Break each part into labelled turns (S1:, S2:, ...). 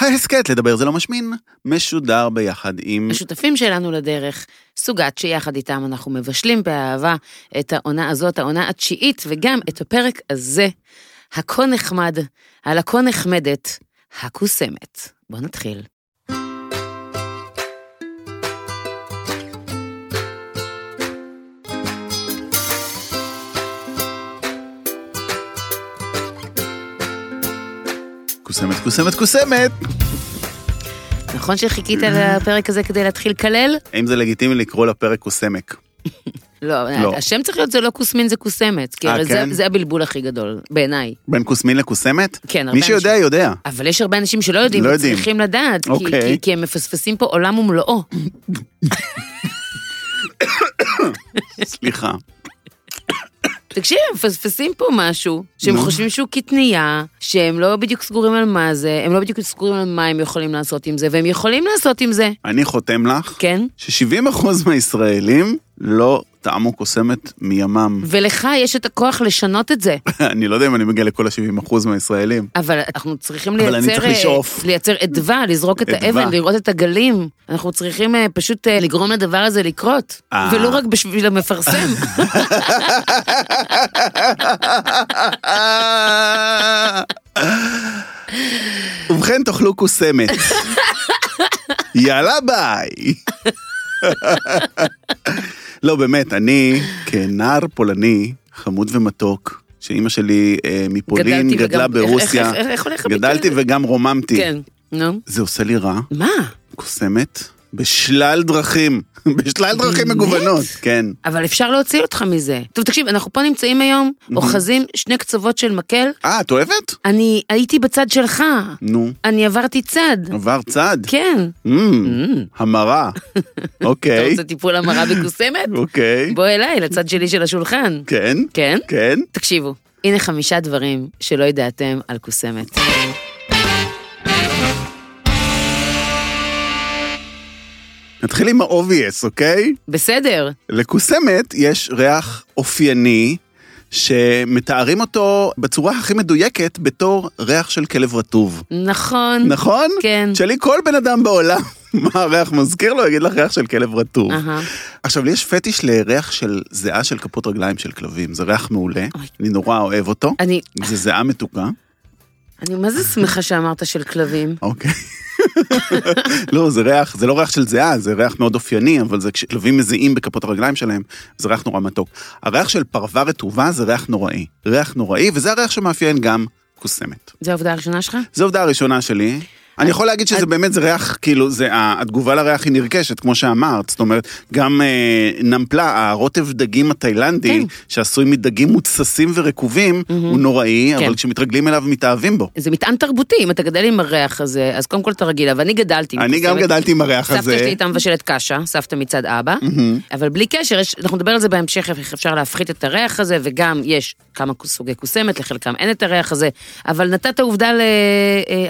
S1: ההסכת לדבר זה לא משמין, משודר ביחד עם...
S2: השותפים שלנו לדרך, סוגת שיחד איתם אנחנו מבשלים באהבה את העונה הזאת, העונה התשיעית, וגם את הפרק הזה, הכה נחמד, על הכה נחמדת, הקוסמת. בואו נתחיל.
S1: קוסמת, קוסמת, קוסמת!
S2: נכון שחיכית לפרק הזה כדי להתחיל לקלל?
S1: האם זה לגיטימי לקרוא לפרק קוסמק?
S2: לא,
S1: לא.
S2: השם צריך להיות זה לא כוסמין, זה כוסמת. כי
S1: אה,
S2: הרי זה,
S1: כן?
S2: זה הבלבול הכי גדול, בעיניי.
S1: בין כוסמין לקוסמת?
S2: כן, הרבה
S1: מי שיודע, יודע.
S2: אבל יש הרבה אנשים שלא יודעים,
S1: לא
S2: לא
S1: יודעים.
S2: וצריכים לדעת, כי,
S1: אוקיי.
S2: כי, כי הם מפספסים פה עולם ומלואו.
S1: סליחה.
S2: תקשיב, הם מפספסים פה משהו, שהם
S1: נו.
S2: חושבים שהוא קטנייה, שהם לא בדיוק סגורים על מה זה, הם לא בדיוק סגורים על מה הם יכולים לעשות עם זה, והם יכולים לעשות עם זה,
S1: אני חותם לך
S2: כן?
S1: ש-70% מהישראלים לא טעמו קוסמת מימם.
S2: ולך יש את הכוח לשנות את זה,
S1: אני לא יודע אם אני מגיע לכל ה-70% מהישראלים.
S2: אבל אנחנו צריכים
S1: אבל
S2: לייצר...
S1: אני צריך
S2: אה,
S1: לשאוף.
S2: לייצר אדווה, לזרוק את
S1: אדווה.
S2: האבן, לראות את הגלים. אנחנו צריכים אה, פשוט אה, לגרום לדבר הזה לקרות,
S1: אה.
S2: ולא רק בשביל המפרסם.
S1: ובכן, תאכלו קוסמת. יאללה ביי. לא, באמת, אני כנער פולני, חמוד ומתוק, שאימא שלי אה, מפולין
S2: גדלתי
S1: גדלה
S2: וגם-
S1: ברוסיה,
S2: איך- איך- איך הולך הביטוי
S1: גדלתי
S2: הזה?
S1: וגם רוממתי.
S2: כן, נו.
S1: זה עושה לי רע,
S2: מה?
S1: קוסמת, בשלל דרכים, בשלל דרכים
S2: באמת?
S1: מגוונות, כן.
S2: אבל אפשר להוציא אותך מזה. טוב, תקשיב, אנחנו פה נמצאים היום, אוחזים שני קצוות של מקל.
S1: אה, את אוהבת?
S2: אני הייתי בצד שלך,
S1: נו,
S2: אני עברתי צד.
S1: עבר צד.
S2: כן.
S1: אמ, המרה.
S2: אתה
S1: אוקיי,
S2: רוצה טיפול המרה בקוסמת?
S1: אוקיי.
S2: בוא אליי, לצד שלי של השולחן.
S1: כן,
S2: כן?
S1: כן.
S2: תקשיבו, הנה חמישה דברים שלא ידעתם על קוסמת.
S1: נתחיל עם ה-obvious, אוקיי?
S2: בסדר,
S1: לקוסמת יש ריח אופייני. שמתארים אותו בצורה הכי מדויקת בתור ריח של כלב רטוב.
S2: נכון.
S1: נכון?
S2: כן.
S1: שלי כל בן אדם בעולם, מה הריח מזכיר לו, יגיד לך ריח של כלב רטוב.
S2: אהה.
S1: עכשיו, לי יש פטיש לריח של זיעה של כפות רגליים של כלבים, זה ריח מעולה,
S2: אוי.
S1: אני נורא אוהב אותו,
S2: אני,
S1: זה זיעה מתוקה,
S2: אני מה זה שמחה שאמרת של כלבים?
S1: אוקיי. לא, זה ריח, זה לא ריח של זיעה, זה ריח מאוד אופייני, אבל זה כשכלבים מזיעים בכפות הרגליים שלהם, זה ריח נורא מתוק. הריח של פרווה רטובה זה ריח נוראי, ריח נוראי, וזה הריח שמאפיין גם קוסמת.
S2: זו העובדה הראשונה שלך?
S1: זו העובדה הראשונה שלי. אני יכול להגיד שזה באמת, זה ריח, כאילו, זה, ה- התגובה לריח היא נרכשת, כמו שאמרת. זאת אומרת, גם אה, נמפלה, הרוטב דגים התאילנדי,
S2: כן.
S1: שעשוי מדגים מותססים ורקובים, הוא נוראי,
S2: כן.
S1: אבל כשמתרגלים אליו מתאהבים בו.
S2: זה מטען תרבותי, אם אתה גדל עם הריח הזה, אז קודם כל אתה רגיל, אבל אני גדלתי. עם
S1: אני גם
S2: קוסמת.
S1: גדלתי עם הריח הזה.
S2: סבתא שלי הייתה מבשלת קשה, סבתא מצד אבא, אבל בלי קשר, יש, אנחנו נדבר על זה בהמשך, איך אפשר להפחית את הריח הזה, וגם יש כמה סוגי קוסמת, לחלקם אין את הריח הזה, אבל נתת עובדה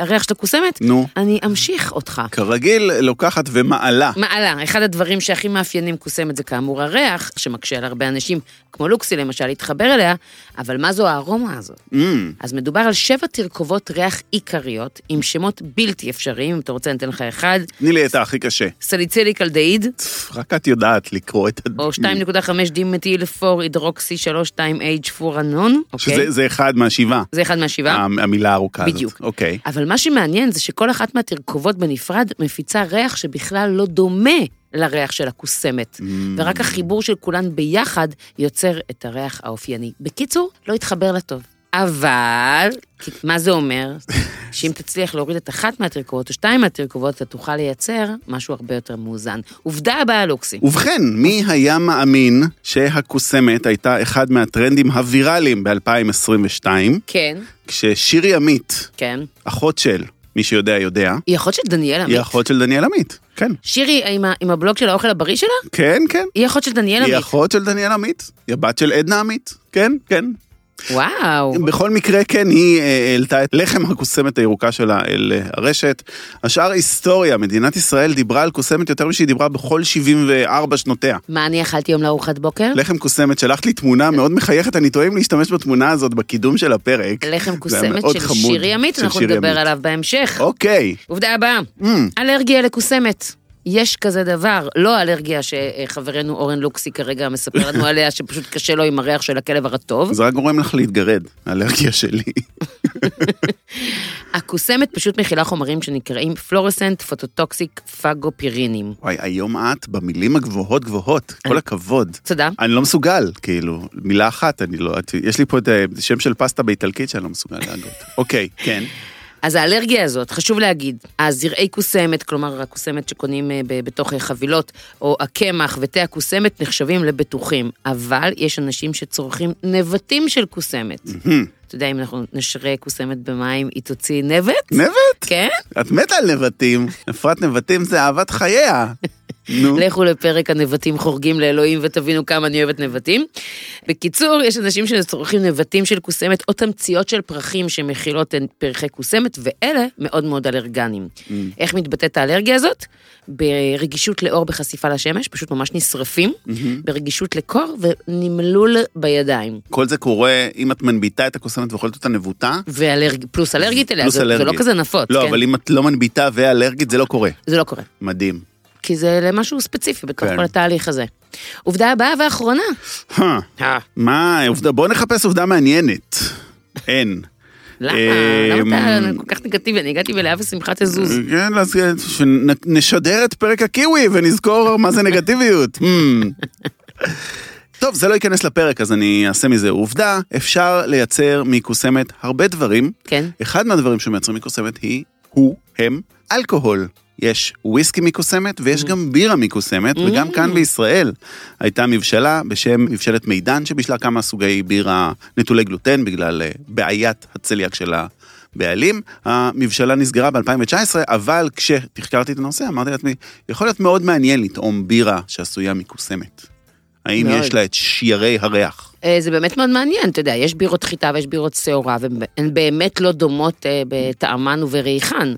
S2: לריח של הקוסמת,
S1: נו.
S2: אני אמשיך אותך.
S1: כרגיל, לוקחת ומעלה.
S2: מעלה, אחד הדברים שהכי מאפיינים קוסמת זה כאמור הריח, שמקשה על הרבה אנשים, כמו לוקסי למשל, להתחבר אליה, אבל מה זו הארומה הזאת?
S1: Mm,
S2: אז מדובר על שבע תרכובות ריח עיקריות, עם שמות בלתי אפשריים, אם אתה רוצה אני אתן לך אחד,
S1: תני לי את הכי קשה.
S2: סליצילי קלדאיד,
S1: צפ, רק את יודעת לקרוא את
S2: או 2.5 דימטיל פור הידרוקסי 32H פורנון, אוקיי?
S1: שזה זה אה. אחד מהשבעה,
S2: זה אחד מהשבעה.
S1: המ- המילה הארוכה הזאת.
S2: בדיוק.
S1: אוקיי.
S2: אבל מה שמעניין זה שכל אחת מהתרכובות בנפרד מפיצה ריח שבכלל לא דומה לריח של
S1: Mm.
S2: הקוסמת. ורק החיבור של כולן ביחד יוצר את הריח האופייני. בקיצור, לא התחבר לטוב. אבל, כי- מה זה אומר? שאם תצליח להוריד את אחת מהתרכובות או שתיים מהתרכובות, אתה תוכל לייצר משהו הרבה יותר מאוזן. עובדה הבאה לוקסי.
S1: ובכן, מי היה מאמין שהקוסמת הייתה אחד מהטרנדים הוויראליים ב-2022,
S2: כן,
S1: כששירי עמית,
S2: כן.
S1: אחות של, מי שיודע יודע,
S2: היא אחות של דניאל עמית.
S1: היא אחות של דניאל עמית. כן,
S2: שירי עם ה- עם הבלוג של האוכל הבריא שלה?
S1: כן, כן.
S2: היא אחות של דניאל
S1: היא
S2: עמית.
S1: אחות של דניאל עמית, היא הבת של עדנה עמית, כן, כן.
S2: וואו.
S1: בכל מקרה, כן, היא אה, העלתה את לחם הקוסמת הירוקה שלה אל אה, הרשת. השאר היסטוריה, מדינת ישראל דיברה על קוסמת יותר משהיא דיברה בכל 74 שנותיה.
S2: מה אני אכלתי היום לארוחת בוקר?
S1: לחם קוסמת, שלחת לי תמונה מאוד מחייכת, אני טועה אם להשתמש בתמונה הזאת בקידום של הפרק.
S2: לחם
S1: זה היה
S2: קוסמת
S1: מאוד
S2: של
S1: חמוד,
S2: שירי עמית,
S1: של
S2: אנחנו
S1: שירי
S2: נדבר
S1: עמית.
S2: עליו בהמשך.
S1: אוקיי. אה,
S2: עובדה הבאה, אלרגיה לקוסמת. יש כזה דבר, לא האלרגיה שחברנו אורן לוקסי כרגע מספר לנו עליה, שפשוט קשה לו עם הריח של הכלב הרטוב.
S1: זה רק גורם לך להתגרד, האלרגיה שלי.
S2: הקוסמת פשוט מכילה חומרים שנקראים פלורסנט פוטוטוקסיק פגופירינים.
S1: וואי, היום את במילים הגבוהות גבוהות, כל הכבוד.
S2: תודה.
S1: אני לא מסוגל, כאילו, מילה אחת, אני לא, את- יש לי פה את אה, שם של פסטה באיטלקית שאני לא מסוגל להגות. אוקיי, כן.
S2: אז האלרגיה הזאת, חשוב להגיד, הזרעי קוסמת, כלומר הקוסמת שקונים אה, ב- בתוך אה, חבילות, או הקמח ותה הקוסמת נחשבים לבטוחים, אבל יש אנשים שצורכים נבטים של קוסמת. אתה יודע, אם אנחנו נשרה קוסמת במים, היא תוציא נבט?
S1: נבט,
S2: כן?
S1: את מתה על נבטים. אפרת נבטים זה אהבת חייה. נו,
S2: לכו לפרק הנבטים חורגים לאלוהים ותבינו כמה אני אוהבת נבטים. בקיצור, יש אנשים שצורכים נבטים של קוסמת או תמציות של פרחים שמכילות את פרחי קוסמת, ואלה מאוד מאוד אלרגנים.
S1: Mm.
S2: איך מתבטאת האלרגיה הזאת? ברגישות לאור בחשיפה לשמש, פשוט ממש נשרפים,
S1: Mm-hmm.
S2: ברגישות לקור ונמלול בידיים.
S1: כל זה קורה אם את מנביטה את הקוסמת ואוכלת אותה נבוטה.
S2: ואלרג... פלוס אלרגית אליה,
S1: Mm-hmm. פלוס
S2: זה, זה לא
S1: אלרגית.
S2: כזה נפוץ,
S1: לא,
S2: כן?
S1: אבל אם את לא מנביטה ואלרגית, זה לא קורה.
S2: זה לא קורה,
S1: מדהים.
S2: כי זה למשהו ספציפי בתוך
S1: כן.
S2: כל התהליך הזה. עובדה הבאה והאחרונה.
S1: הא, מה, עובדה, בוא נחפש עובדה מעניינת. אין.
S2: למה?
S1: אמ,
S2: למה אתה כל כך נגטיבי? אני הגעתי בלהב ושמחה תזוז.
S1: כן, אז שנשדר את פרק הקיווי ונזכור מה זה נגטיביות. Hmm. טוב, זה לא ייכנס לפרק, אז אני אעשה מזה עובדה. אפשר לייצר מקוסמת הרבה דברים.
S2: כן.
S1: אחד מהדברים שמייצרים מקוסמת היא, הוא, הם, אלכוהול. יש וויסקי מקוסמת ויש גם בירה מקוסמת, וגם כאן בישראל הייתה מבשלה בשם מבשלת מידן, שבישלה כמה סוגי בירה נטולי גלוטן בגלל אה, בעיית הצליאק של הבעלים. המבשלה נסגרה ב-2019, אבל כשתחקרתי את הנושא אמרתי לעצמי, יכול להיות מאוד מעניין לטעום בירה שעשויה מקוסמת. האם
S2: מאוד.
S1: יש לה את שיירי הריח?
S2: אה, זה באמת מאוד מעניין, אתה יודע, יש בירות חיטה ויש בירות שעורה, והן באמת לא דומות אה, בטעמן ובריחן.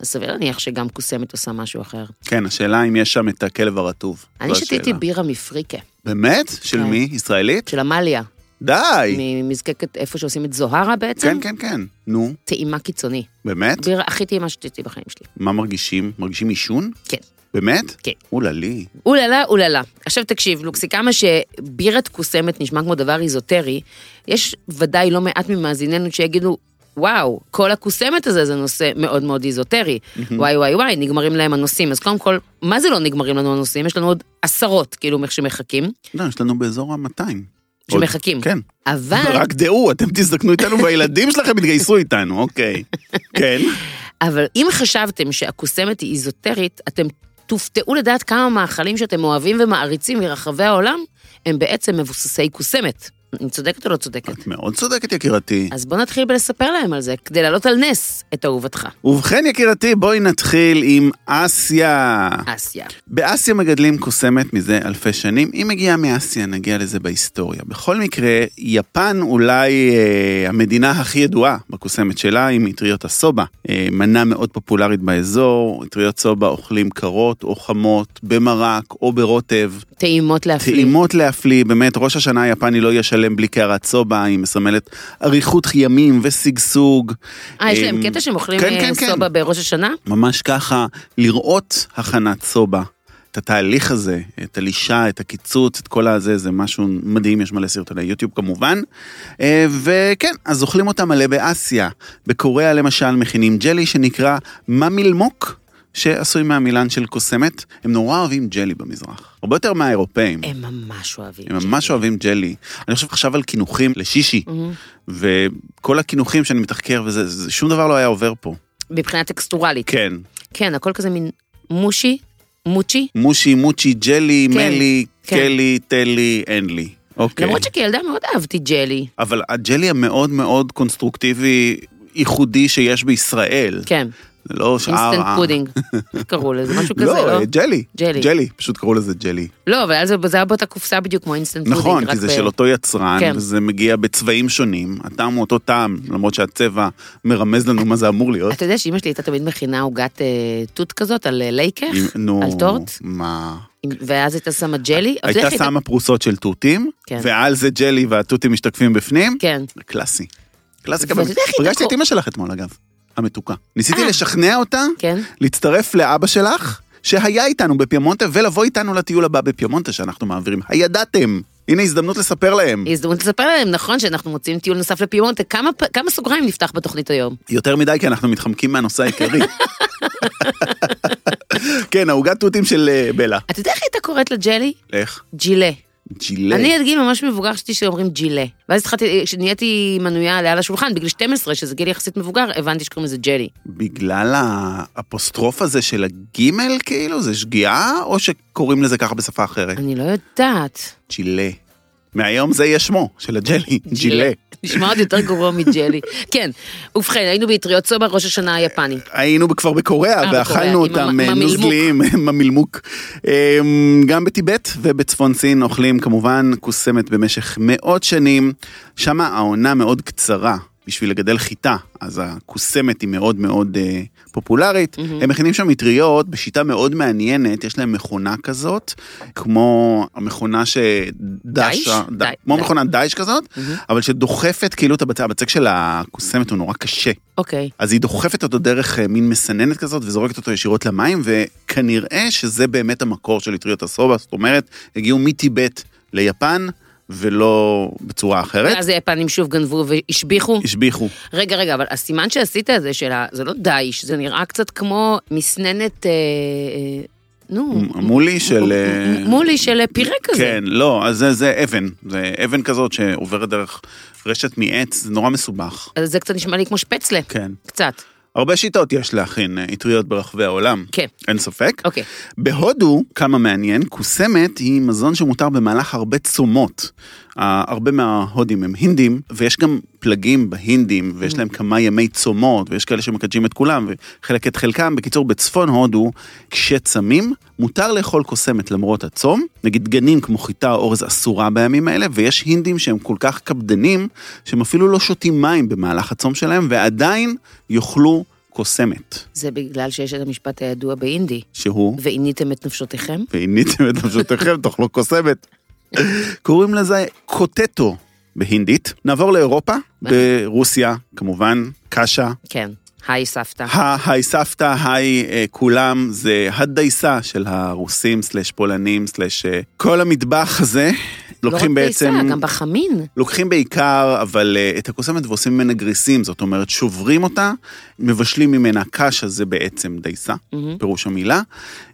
S2: אז סביר להניח שגם קוסמת עושה משהו אחר.
S1: כן, השאלה אם יש שם את הכלב הרטוב.
S2: אני
S1: זו
S2: שתיתי
S1: השאלה.
S2: בירה מפריקה,
S1: באמת? של
S2: כן.
S1: מי? ישראלית?
S2: של עמליה,
S1: די.
S2: ממזקקת איפה שעושים את זוהרה בעצם.
S1: כן, כן, כן. נו,
S2: טעימה קיצוני.
S1: באמת?
S2: בירה הכי טעימה שתיתי בחיים שלי.
S1: מה מרגישים? מרגישים עישון?
S2: כן.
S1: באמת?
S2: כן.
S1: אוללי.
S2: אוללה, אוללה. עכשיו תקשיב, לוקסי, כמה שבירת קוסמת נשמע כמו דבר איזוטרי, יש ודאי לא מעט ממאזיננו שיגידו, וואו, כל הקוסמת הזה זה נושא מאוד מאוד איזוטרי. וואי וואי וואי, נגמרים להם הנושאים. אז קודם כל, מה זה לא נגמרים לנו הנושאים? יש לנו עוד עשרות, כאילו, שמחכים.
S1: לא, יש לנו באזור ה-200.
S2: שמחכים. אה.
S1: כן.
S2: אבל,
S1: רק דעו, אתם תזדקנו איתנו והילדים שלכם יתגייסו איתנו, אוקיי. כן.
S2: אבל אם חשבתם שהקוסמת היא איזוטרית, אתם תופתעו לדעת כמה מאכלים שאתם אוהבים ומעריצים מרחבי העולם, הם בעצם מבוססי קוסמת. אני צודקת או לא צודקת?
S1: את מאוד צודקת, יקירתי.
S2: אז בוא נתחיל בלספר להם על זה, כדי להעלות על נס את אהובתך,
S1: ובכן, יקירתי, בואי נתחיל עם אסיה.
S2: אסיה.
S1: באסיה מגדלים קוסמת מזה אלפי שנים. היא מגיעה מאסיה, נגיע לזה בהיסטוריה. בכל מקרה, יפן אולי אה, המדינה הכי ידועה בקוסמת שלה, עם אטריות הסובה. אה, מנה מאוד פופולרית באזור, אטריות סובה אוכלים קרות או חמות, במרק או ברוטב.
S2: טעימות להפליא.
S1: טעימות להפליא, באמת, ראש השנה היפני לא יהיה שלם בלי קערת סובה, היא מסמלת אריכות ימים ושגשוג.
S2: אה, יש להם
S1: אה,
S2: קטע שהם אוכלים
S1: כן,
S2: אה,
S1: כן, כן.
S2: סובה בראש השנה?
S1: ממש ככה, לראות הכנת סובה, את התהליך הזה, את הלישה, את הקיצוץ, את כל הזה, זה משהו מדהים, יש מלא סרטוני יוטיוב כמובן. אה, וכן, אז אוכלים אותה מלא באסיה. בקוריאה למשל מכינים ג'לי שנקרא ממילמוק. שעשוי מהמילן של קוסמת, הם נורא אוהבים ג'לי במזרח. הרבה יותר מהאירופאים.
S2: הם ממש אוהבים.
S1: הם ממש אוהבים ג'לי. אני חושב עכשיו על קינוחים לשישי,
S2: אוהבים.
S1: וכל הקינוחים שאני מתחקר וזה, זה- שום דבר לא היה עובר פה.
S2: מבחינה טקסטורלית.
S1: כן,
S2: כן, הכל כזה מין מושי, מוצ'י.
S1: מושי, מוצ'י, ג'לי,
S2: כן,
S1: מלי,
S2: כן.
S1: קלי, תלי, אין לי. אוקיי.
S2: למרות שכילדה מאוד אהבתי ג'לי.
S1: אבל הג'לי המאוד מאוד קונסטרוקטיבי, ייחודי שיש בישראל.
S2: כן,
S1: זה לא שאר ה...
S2: אינסטנט פודינג. איך קראו לזה? משהו כזה,
S1: לא,
S2: לא?
S1: אה, ג'לי.
S2: ג'לי.
S1: ג'לי, פשוט קראו לזה ג'לי.
S2: לא, אבל אז זה זה היה באותה קופסה בדיוק כמו אינסטנט פודינג.
S1: נכון,
S2: רק
S1: כי זה
S2: ב-
S1: של אותו יצרן,
S2: כן.
S1: וזה מגיע בצבעים שונים, הטעם הוא אותו טעם, למרות שהצבע מרמז לנו מה זה אמור להיות.
S2: אתה יודע שאימא שלי הייתה תמיד מכינה עוגת אה, תות כזאת על אה, לייקך,
S1: אם- נו,
S2: על טורט,
S1: מה?
S2: עם- ואז הייתה שמה ג'לי. אבל זה
S1: הייתה
S2: איך
S1: שמה פרוסות של תותים,
S2: כן.
S1: ועל זה ג'לי והתותים משתקפים בפנים.
S2: כן.
S1: קלאסי. קלאסיקה.
S2: ואתה יודע איך היא
S1: פגשתי
S2: תקור-
S1: את אימא שלך אתמול, אגב, המתוקה. ניסיתי
S2: אה.
S1: לשכנע אותה
S2: כן.
S1: להצטרף לאבא שלך, שהיה איתנו בפיימונטה, ולבוא איתנו לטיול הבא בפיימונטה שאנחנו מעבירים. הידעתם. הנה הזדמנות לספר להם.
S2: הזדמנות לספר להם, נכון שאנחנו מוצאים טיול נוסף לפימונטה, כמה, פ- כמה סוגריים נפתח בתוכנית היום?
S1: יותר מדי, כי אנחנו מתחמקים מהנושא העיקרי. כן, העוגת תותים של אה, בלה.
S2: אתה יודע איך הייתה קוראת לג'לי?
S1: איך?
S2: ג'ילה.
S1: ג'ילה.
S2: אני עד גיל ממש מבוגר חשבתי שאומרים ג'ילה. ואז התחלתי, כשנהייתי מנויה עליה לשולחן, בגיל 12, שזה גיל יחסית מבוגר, הבנתי שקוראים לזה ג'לי.
S1: בגלל האפוסטרוף הזה של הגימל, כאילו, זה שגיאה, או שקוראים לזה ככה בשפה אחרת?
S2: אני לא יודעת.
S1: ג'ילה. מהיום זה יהיה שמו, של הג'לי, ג'ילה.
S2: נשמע עוד יותר גרוע מג'לי. כן, ובכן, היינו באטריות סובה, ראש השנה היפני.
S1: היינו כבר בקוריאה,
S2: אה, בקוריאה, עם
S1: ואכלנו אותם
S2: המ-
S1: אה,
S2: עם המלמוק.
S1: נוזלים, עם המילמוק. אה, גם בטיבט ובצפון סין אוכלים כמובן כוסמת במשך מאות שנים. שם העונה מאוד קצרה בשביל לגדל חיטה, אז הכוסמת היא מאוד מאוד אה, פופולרית.
S2: מהמם.
S1: הם מכינים שם מטריות בשיטה מאוד מעניינת, יש להם מכונה כזאת, כמו המכונה
S2: דייש?
S1: שדשה, ד-
S2: די-
S1: כמו
S2: די-
S1: מכונת דייש כזאת,
S2: מהמם.
S1: אבל שדוחפת כאילו את הבצק, הבצק של הכוסמת הוא נורא קשה.
S2: אוקיי.
S1: אז היא דוחפת אותו דרך אה, מין מסננת כזאת וזורקת אותו ישירות למים, וכנראה שזה באמת המקור של אטריות הסובה, זאת אומרת, הגיעו מטיבט ליפן, ולא בצורה אחרת.
S2: אז היפנים שוב גנבו והשביחו.
S1: השביחו.
S2: רגע, רגע, אבל הסימן שעשית הזה של ה... זה לא דייש, זה נראה קצת כמו מסננת... אה, אה, נו.
S1: מולי של... אה,
S2: מ- מולי של פירה כזה.
S1: כן, לא, אז זה, זה אבן. זה אבן כזאת שעוברת דרך רשת מעץ, זה נורא מסובך.
S2: אז זה קצת נשמע לי כמו שפצלה.
S1: כן.
S2: קצת.
S1: הרבה שיטות יש להכין אה, אטריות ברחבי העולם.
S2: כן.
S1: אין ספק.
S2: אוקיי.
S1: בהודו, כמה מעניין, כוסמת היא מזון שמותר במהלך הרבה צומות. אה, הרבה מההודים הם הינדים, ויש גם פלגים בהינדים, ויש להם כמה ימי צומות, ויש כאלה שמקדשים את כולם, וחלק את חלקם. בקיצור, בצפון הודו, כשצמים, מותר לאכול קוסמת למרות הצום. נגיד דגנים כמו חיטה או אורז אסורה בימים האלה, ויש הינדים שהם כל כך קפדנים, שהם אפילו לא שותים מים במהלך הצום שלהם, ועדיין יאכלו קוסמת,
S2: זה בגלל שיש את המשפט הידוע באינדי.
S1: שהוא...
S2: ועיניתם את נפשותיכם?
S1: ועיניתם את נפשותיכם, תאכלו קוסמת. קוראים לזה קוטטו בהינדית. נעבור לאירופה, ברוסיה, כמובן, קשה.
S2: כן. היי סבתא.
S1: ההי סבתא, היי אה, כולם, זה הדייסה של הרוסים, סלש פולנים, סלש אה, כל המטבח הזה. לוקחים
S2: לא רק
S1: בעצם,
S2: בעיסה, גם בחמין.
S1: לוקחים בעיקר, אבל אה, את הקוסמת ועושים ממנה גריסים, זאת אומרת, שוברים אותה, מבשלים ממנה קשה, זה בעצם דייסה.
S2: מהמם.
S1: פירוש המילה.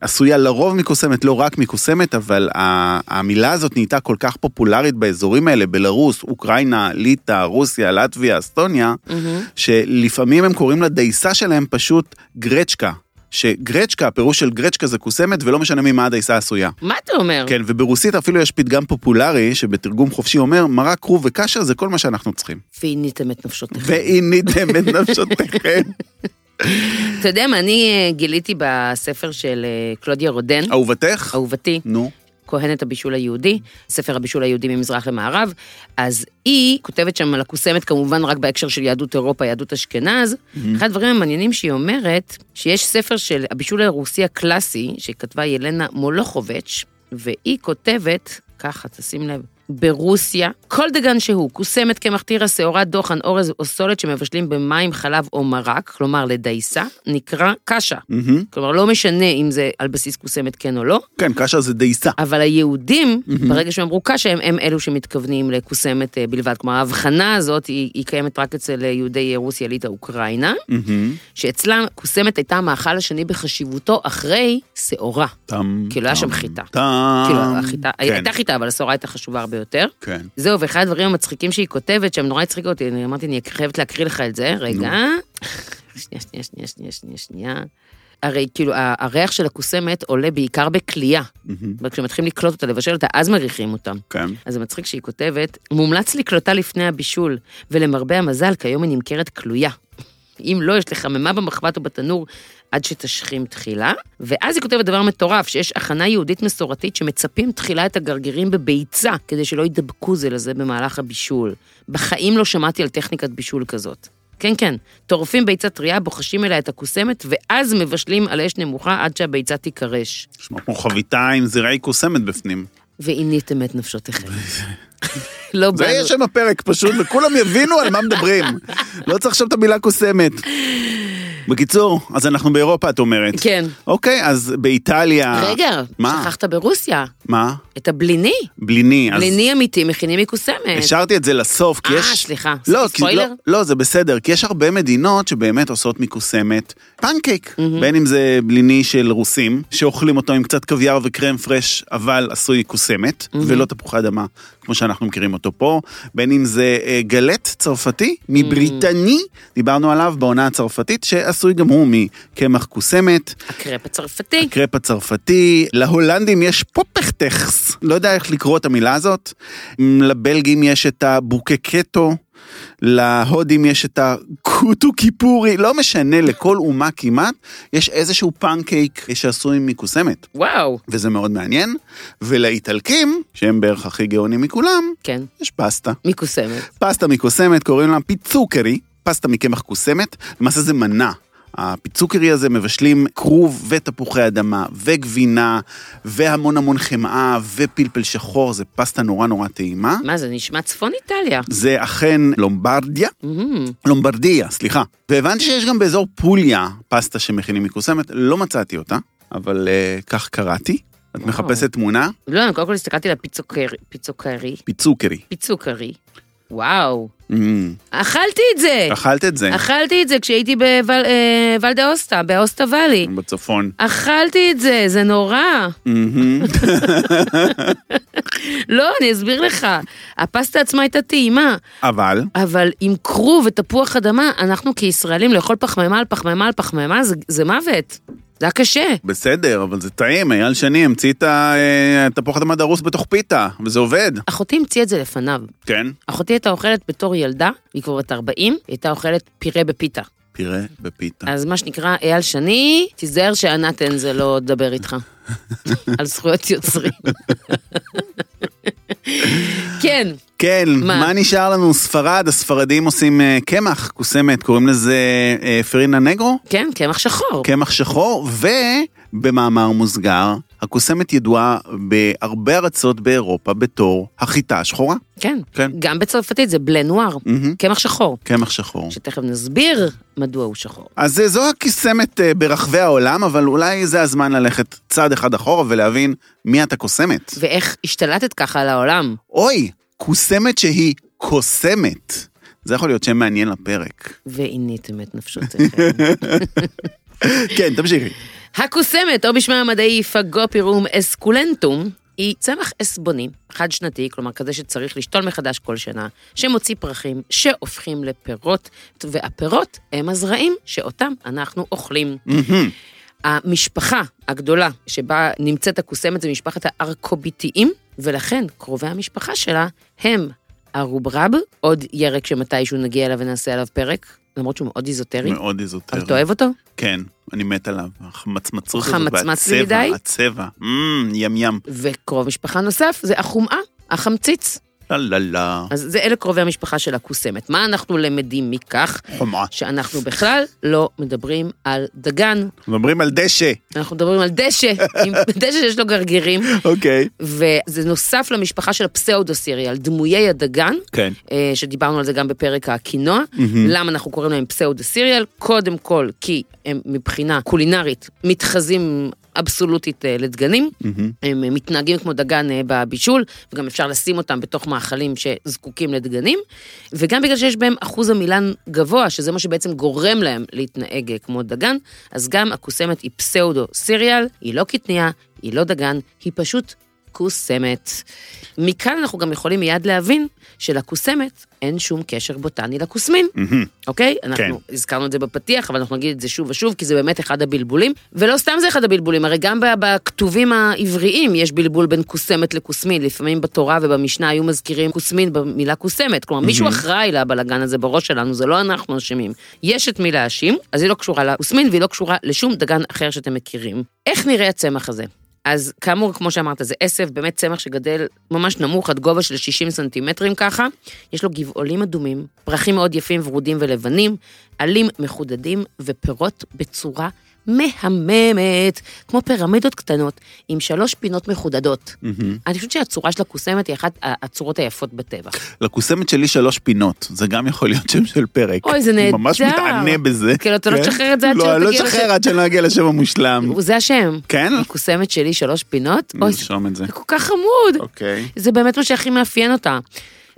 S1: עשויה לרוב מקוסמת, לא רק מקוסמת, אבל ה- המילה הזאת נהייתה כל כך פופולרית באזורים האלה, בלרוס, אוקראינה, ליטא, רוסיה, לטביה, אסטוניה,
S2: מהמם.
S1: שלפעמים הם קוראים לדייסה שלהם פשוט גרצ'קה. שגרצ'קה, הפירוש של גרצ'קה זה קוסמת, ולא משנה ממה הדייסה עשויה.
S2: מה אתה אומר?
S1: כן, וברוסית אפילו יש פתגם פופולרי, שבתרגום חופשי אומר, מרק, כרוב וקשר זה כל מה שאנחנו צריכים.
S2: ועיניתם את נפשותיכם.
S1: ועיניתם את נפשותיכם.
S2: אתה יודע מה, אני אה, גיליתי בספר של אה, קלודיה רודן,
S1: אהובתך?
S2: אהובתי,
S1: נו.
S2: כהנת הבישול היהודי, ספר הבישול היהודי ממזרח למערב, אז היא כותבת שם על הקוסמת כמובן רק בהקשר של יהדות אירופה, יהדות אשכנז. אחד הדברים המעניינים שהיא אומרת, שיש ספר של הבישול הרוסי הקלאסי, שכתבה ילנה מולוכוביץ', והיא כותבת, ככה, תשים לב, ברוסיה, כל דגן שהוא, כוסמת, קמח תירס, שעורה, דוחן, אורז או סולת שמבשלים במים, חלב או מרק, כלומר לדייסה, נקרא קשה.
S1: מהמם.
S2: כלומר, לא משנה אם זה על בסיס כוסמת כן או לא,
S1: כן, קשה זה דייסה.
S2: אבל היהודים, ברגע שהם אמרו קשה, הם, הם אלו שמתכוונים לכוסמת אה, בלבד. כלומר, ההבחנה הזאת היא, היא קיימת רק אצל אה, יהודי רוסיה, ליטא, אוקראינה,
S1: מהמם.
S2: שאצלם כוסמת הייתה המאכל השני בחשיבותו אחרי שעורה.
S1: טם.
S2: כאילו, היה שם
S1: טם,
S2: חיטה.
S1: טם.
S2: כאילו, החיטה,
S1: אה, כן,
S2: הייתה חיטה, אבל השעורה הייתה חשובה הרבה יותר.
S1: כן.
S2: זהו, ואחד הדברים המצחיקים שהיא כותבת, שהם נורא הצחיקו אותי, אני אמרתי, אני חייבת להקריא לך את זה, רגע. שנייה, שנייה, שנייה, שנייה, שנייה, שנייה. הרי כאילו, ה- הריח של הכוסמת עולה בעיקר בכלייה.
S1: מהמם.
S2: אבל כשמתחילים לקלוט אותה, לבשל אותה, אז מריחים אותה.
S1: כן.
S2: אז זה מצחיק שהיא כותבת, מומלץ לקלוטה לפני הבישול, ולמרבה המזל, כיום היא נמכרת כלויה. אם לא, יש לחממה במחבת או בתנור עד שתשכים תחילה. ואז היא כותבת דבר מטורף, שיש הכנה יהודית מסורתית שמצפים תחילה את הגרגירים בביצה, כדי שלא ידבקו זה לזה במהלך הבישול. בחיים לא שמעתי על טכניקת בישול כזאת. כן, כן, טורפים ביצה טריה, בוחשים אליה את הקוסמת, ואז מבשלים על אש נמוכה עד שהביצה תיקרש.
S1: נשמע כמו חביתה עם זרעי קוסמת בפנים.
S2: ועיניתם את נפשותיכם. לא
S1: זה
S2: באנו...
S1: יהיה שם הפרק פשוט, וכולם יבינו על מה מדברים. לא צריך שם את המילה קוסמת. בקיצור, אז אנחנו באירופה, את אומרת.
S2: כן.
S1: אוקיי, אז באיטליה...
S2: רגע,
S1: אה, מה?
S2: שכחת ברוסיה,
S1: מה?
S2: את הבליני.
S1: בליני. אז
S2: בליני אמיתי מכינים מקוסמת.
S1: השארתי את זה לסוף, כי
S2: אה,
S1: יש...
S2: סליחה.
S1: לא,
S2: עשיתי
S1: כי, לא,
S2: ספוילר?
S1: לא, זה בסדר, כי יש הרבה מדינות שבאמת עושות מקוסמת פנקייק, בין אם זה בליני של רוסים, שאוכלים אותו עם קצת קוויאר וקרם פרש, אבל עשוי קוסמת, ולא תפוחי אדמה, כמו שאנחנו מכירים אותו פה, בין אם זה אה, גלט צרפתי, מבריטני, דיברנו עליו בעונה הצרפתית, שעשוי גם הוא מקמח קוסמת.
S2: הקרפ הצרפתי.
S1: הקרפ הצרפתי, להולנדים יש פופכטכס, לא יודע איך לקרוא את המילה הזאת, לבלגים יש את הבוקקטו, להודים יש את הקוטו קיפורי, לא משנה, לכל אומה כמעט, יש איזשהו פנקייק שעשוי מקוסמת,
S2: וואו.
S1: וזה מאוד מעניין, ולאיטלקים, שהם בערך הכי גאונים מכולם,
S2: כן,
S1: יש פסטה.
S2: מקוסמת.
S1: פסטה מקוסמת, קוראים לה פיצוקרי, פסטה מקמח קוסמת, למעשה זה מנה. הפיצוקרי הזה מבשלים כרוב ותפוחי אדמה וגבינה והמון המון חמאה ופלפל שחור, זה פסטה נורא נורא טעימה.
S2: מה זה, נשמע צפון איטליה.
S1: זה אכן לומברדיה,
S2: מהמם.
S1: לומברדיה, סליחה. והבנתי שיש גם באזור פוליה פסטה שמכינים מקוסמת, לא מצאתי אותה, אבל uh, כך קראתי. את
S2: וואו.
S1: מחפשת תמונה?
S2: לא, אני קודם כל הסתכלתי על הפיצוקרי. פיצוקרי.
S1: פיצוקרי.
S2: פיצוקרי. וואו.
S1: Mm,
S2: אכלתי את זה.
S1: אכלת את זה
S2: אכלתי את זה כשהייתי בוולדה אוסטה, באוסטה וואלי.
S1: בצפון. Mm-hmm.
S2: אכלתי את זה, זה נורא.
S1: מהמם.
S2: לא, אני אסביר לך. הפסטה עצמה הייתה טעימה,
S1: אבל,
S2: אבל עם כרוב ותפוח אדמה, אנחנו כישראלים לאכול פחמימה על פחמימה על פחמימה, זה, זה מוות. זה היה קשה.
S1: בסדר, אבל זה טעים, אייל שני המציא את ה- אה, תפוח אדמה דרוס בתוך פיתה, וזה עובד.
S2: אחותי המציאה את זה לפניו.
S1: כן?
S2: אחותי הייתה אוכלת בתור ילדה, היא כבר בת 40, היא הייתה אוכלת פירה בפיתה.
S1: פירה בפיתה.
S2: אז מה שנקרא, אייל שני, תיזהר שענת זה לא תדבר איתך. על זכויות יוצרים. כן,
S1: כן,
S2: מה?
S1: מה נשאר לנו? ספרד, הספרדים עושים אה, קמח, קוסמת, קוראים לזה אה, פרינה נגרו?
S2: כן, קמח שחור.
S1: קמח שחור, ובמאמר מוסגר, הקוסמת ידועה בהרבה ארצות באירופה בתור החיטה השחורה.
S2: כן.
S1: כן.
S2: גם בצרפתית זה בלה נואר,
S1: מהמם.
S2: קמח שחור.
S1: קמח שחור.
S2: שתכף נסביר מדוע הוא שחור.
S1: אז אה, זו הקוסמת אה, ברחבי העולם, אבל אולי זה הזמן ללכת צעד אחד אחורה ולהבין מי את הקוסמת.
S2: ואיך השתלטת ככה על העולם.
S1: אוי, קוסמת שהיא קוסמת. זה יכול להיות שם מעניין לפרק.
S2: ועיניתם את נפשותיכם.
S1: כן, תמשיכי.
S2: הקוסמת, או בשמה המדעי פגופירום אסקולנטום, היא צמח עסבוני, חד-שנתי, כלומר כזה שצריך לשתול מחדש כל שנה, שמוציא פרחים שהופכים לפירות, והפירות הם הזרעים שאותם אנחנו אוכלים.
S1: מהמם.
S2: המשפחה הגדולה שבה נמצאת הקוסמת זה משפחת הארקוביטיים, ולכן קרובי המשפחה שלה הם ארוברב, עוד ירק שמתישהו נגיע אליו ונעשה עליו פרק, למרות שהוא מאוד איזוטרי.
S1: מאוד איזוטרי.
S2: אבל אתה אוהב אותו?
S1: כן, אני מת עליו. החמצמצות
S2: הוא
S1: הזאת
S2: חמצמץ
S1: והצבע,
S2: מדי?
S1: הצבע. אמ, ים ים.
S2: וקרוב משפחה נוסף זה החומאה, החמציץ.
S1: לה לה לה.
S2: אז זה אלה קרובי המשפחה של הקוסמת. מה אנחנו למדים מכך?
S1: חומה.
S2: שאנחנו בכלל לא מדברים על דגן,
S1: מדברים על דשא.
S2: אנחנו מדברים על דשא, עם דשא שיש לו גרגירים,
S1: אוקיי.
S2: וזה נוסף למשפחה של הפסאודו-סיריאל, דמויי הדגן,
S1: כן.
S2: אה, שדיברנו על זה גם בפרק הקינוע. למה אנחנו קוראים להם פסאודו-סיריאל? קודם כל, כי הם מבחינה קולינרית מתחזים אבסולוטית אה, לדגנים, הם אה, מתנהגים כמו דגן אה, בבישול, וגם אפשר לשים אותם בתוך מאכלים שזקוקים לדגנים, וגם בגלל שיש בהם אחוז עמילן גבוה, שזה מה שבעצם גורם להם להתנהג אה, כמו דגן, אז גם הקוסמת היא פסאודו-סיריאל, היא לא קטניה, היא לא דגן, היא פשוט קוסמת. מכאן אנחנו גם יכולים מיד להבין שלקוסמת אין שום קשר בוטני לקוסמין,
S1: מהמם.
S2: אוקיי? אנחנו כן. הזכרנו את זה בפתיח, אבל אנחנו נגיד את זה שוב ושוב, כי זה באמת אחד הבלבולים. ולא סתם זה אחד הבלבולים, הרי גם ב- בכתובים העבריים יש בלבול בין קוסמת לקוסמין. לפעמים בתורה ובמשנה היו מזכירים קוסמין במילה קוסמת. כלומר, מישהו אחראי לבלגן הזה בראש שלנו, זה לא אנחנו אשמים. יש את מי להאשים, אז היא לא קשורה לקוסמין והיא לא קשורה לשום דגן אחר שאתם מכירים. איך נראה הצמח הזה? אז כאמור, כמו שאמרת, זה עשב, באמת צמח שגדל ממש נמוך, עד גובה של 60 סנטימטרים ככה. יש לו גבעולים אדומים, פרחים מאוד יפים, ורודים ולבנים, עלים מחודדים ופירות בצורה מהממת, כמו פירמידות קטנות עם שלוש פינות מחודדות.
S1: מהמם.
S2: אני חושבת שהצורה של הקוסמת היא אחת ה- הצורות היפות בטבע.
S1: לקוסמת שלי שלוש פינות, זה גם יכול להיות שם של פרק.
S2: אוי, זה
S1: אני
S2: נהדר.
S1: ממש מתענה בזה.
S2: כאילו, אתה לא
S1: כן?
S2: תשחרר את זה עד
S1: לא,
S2: שלא
S1: אני לא
S2: תגיע לשם.
S1: אשחרר עד שאני לא אגיע לשם המושלם.
S2: זה השם.
S1: כן?
S2: הקוסמת שלי, שלוש פינות. אוי, זה
S1: נרשום את זה.
S2: כל כך חמוד.
S1: אוקיי.
S2: זה באמת מה שהכי מאפיין אותה.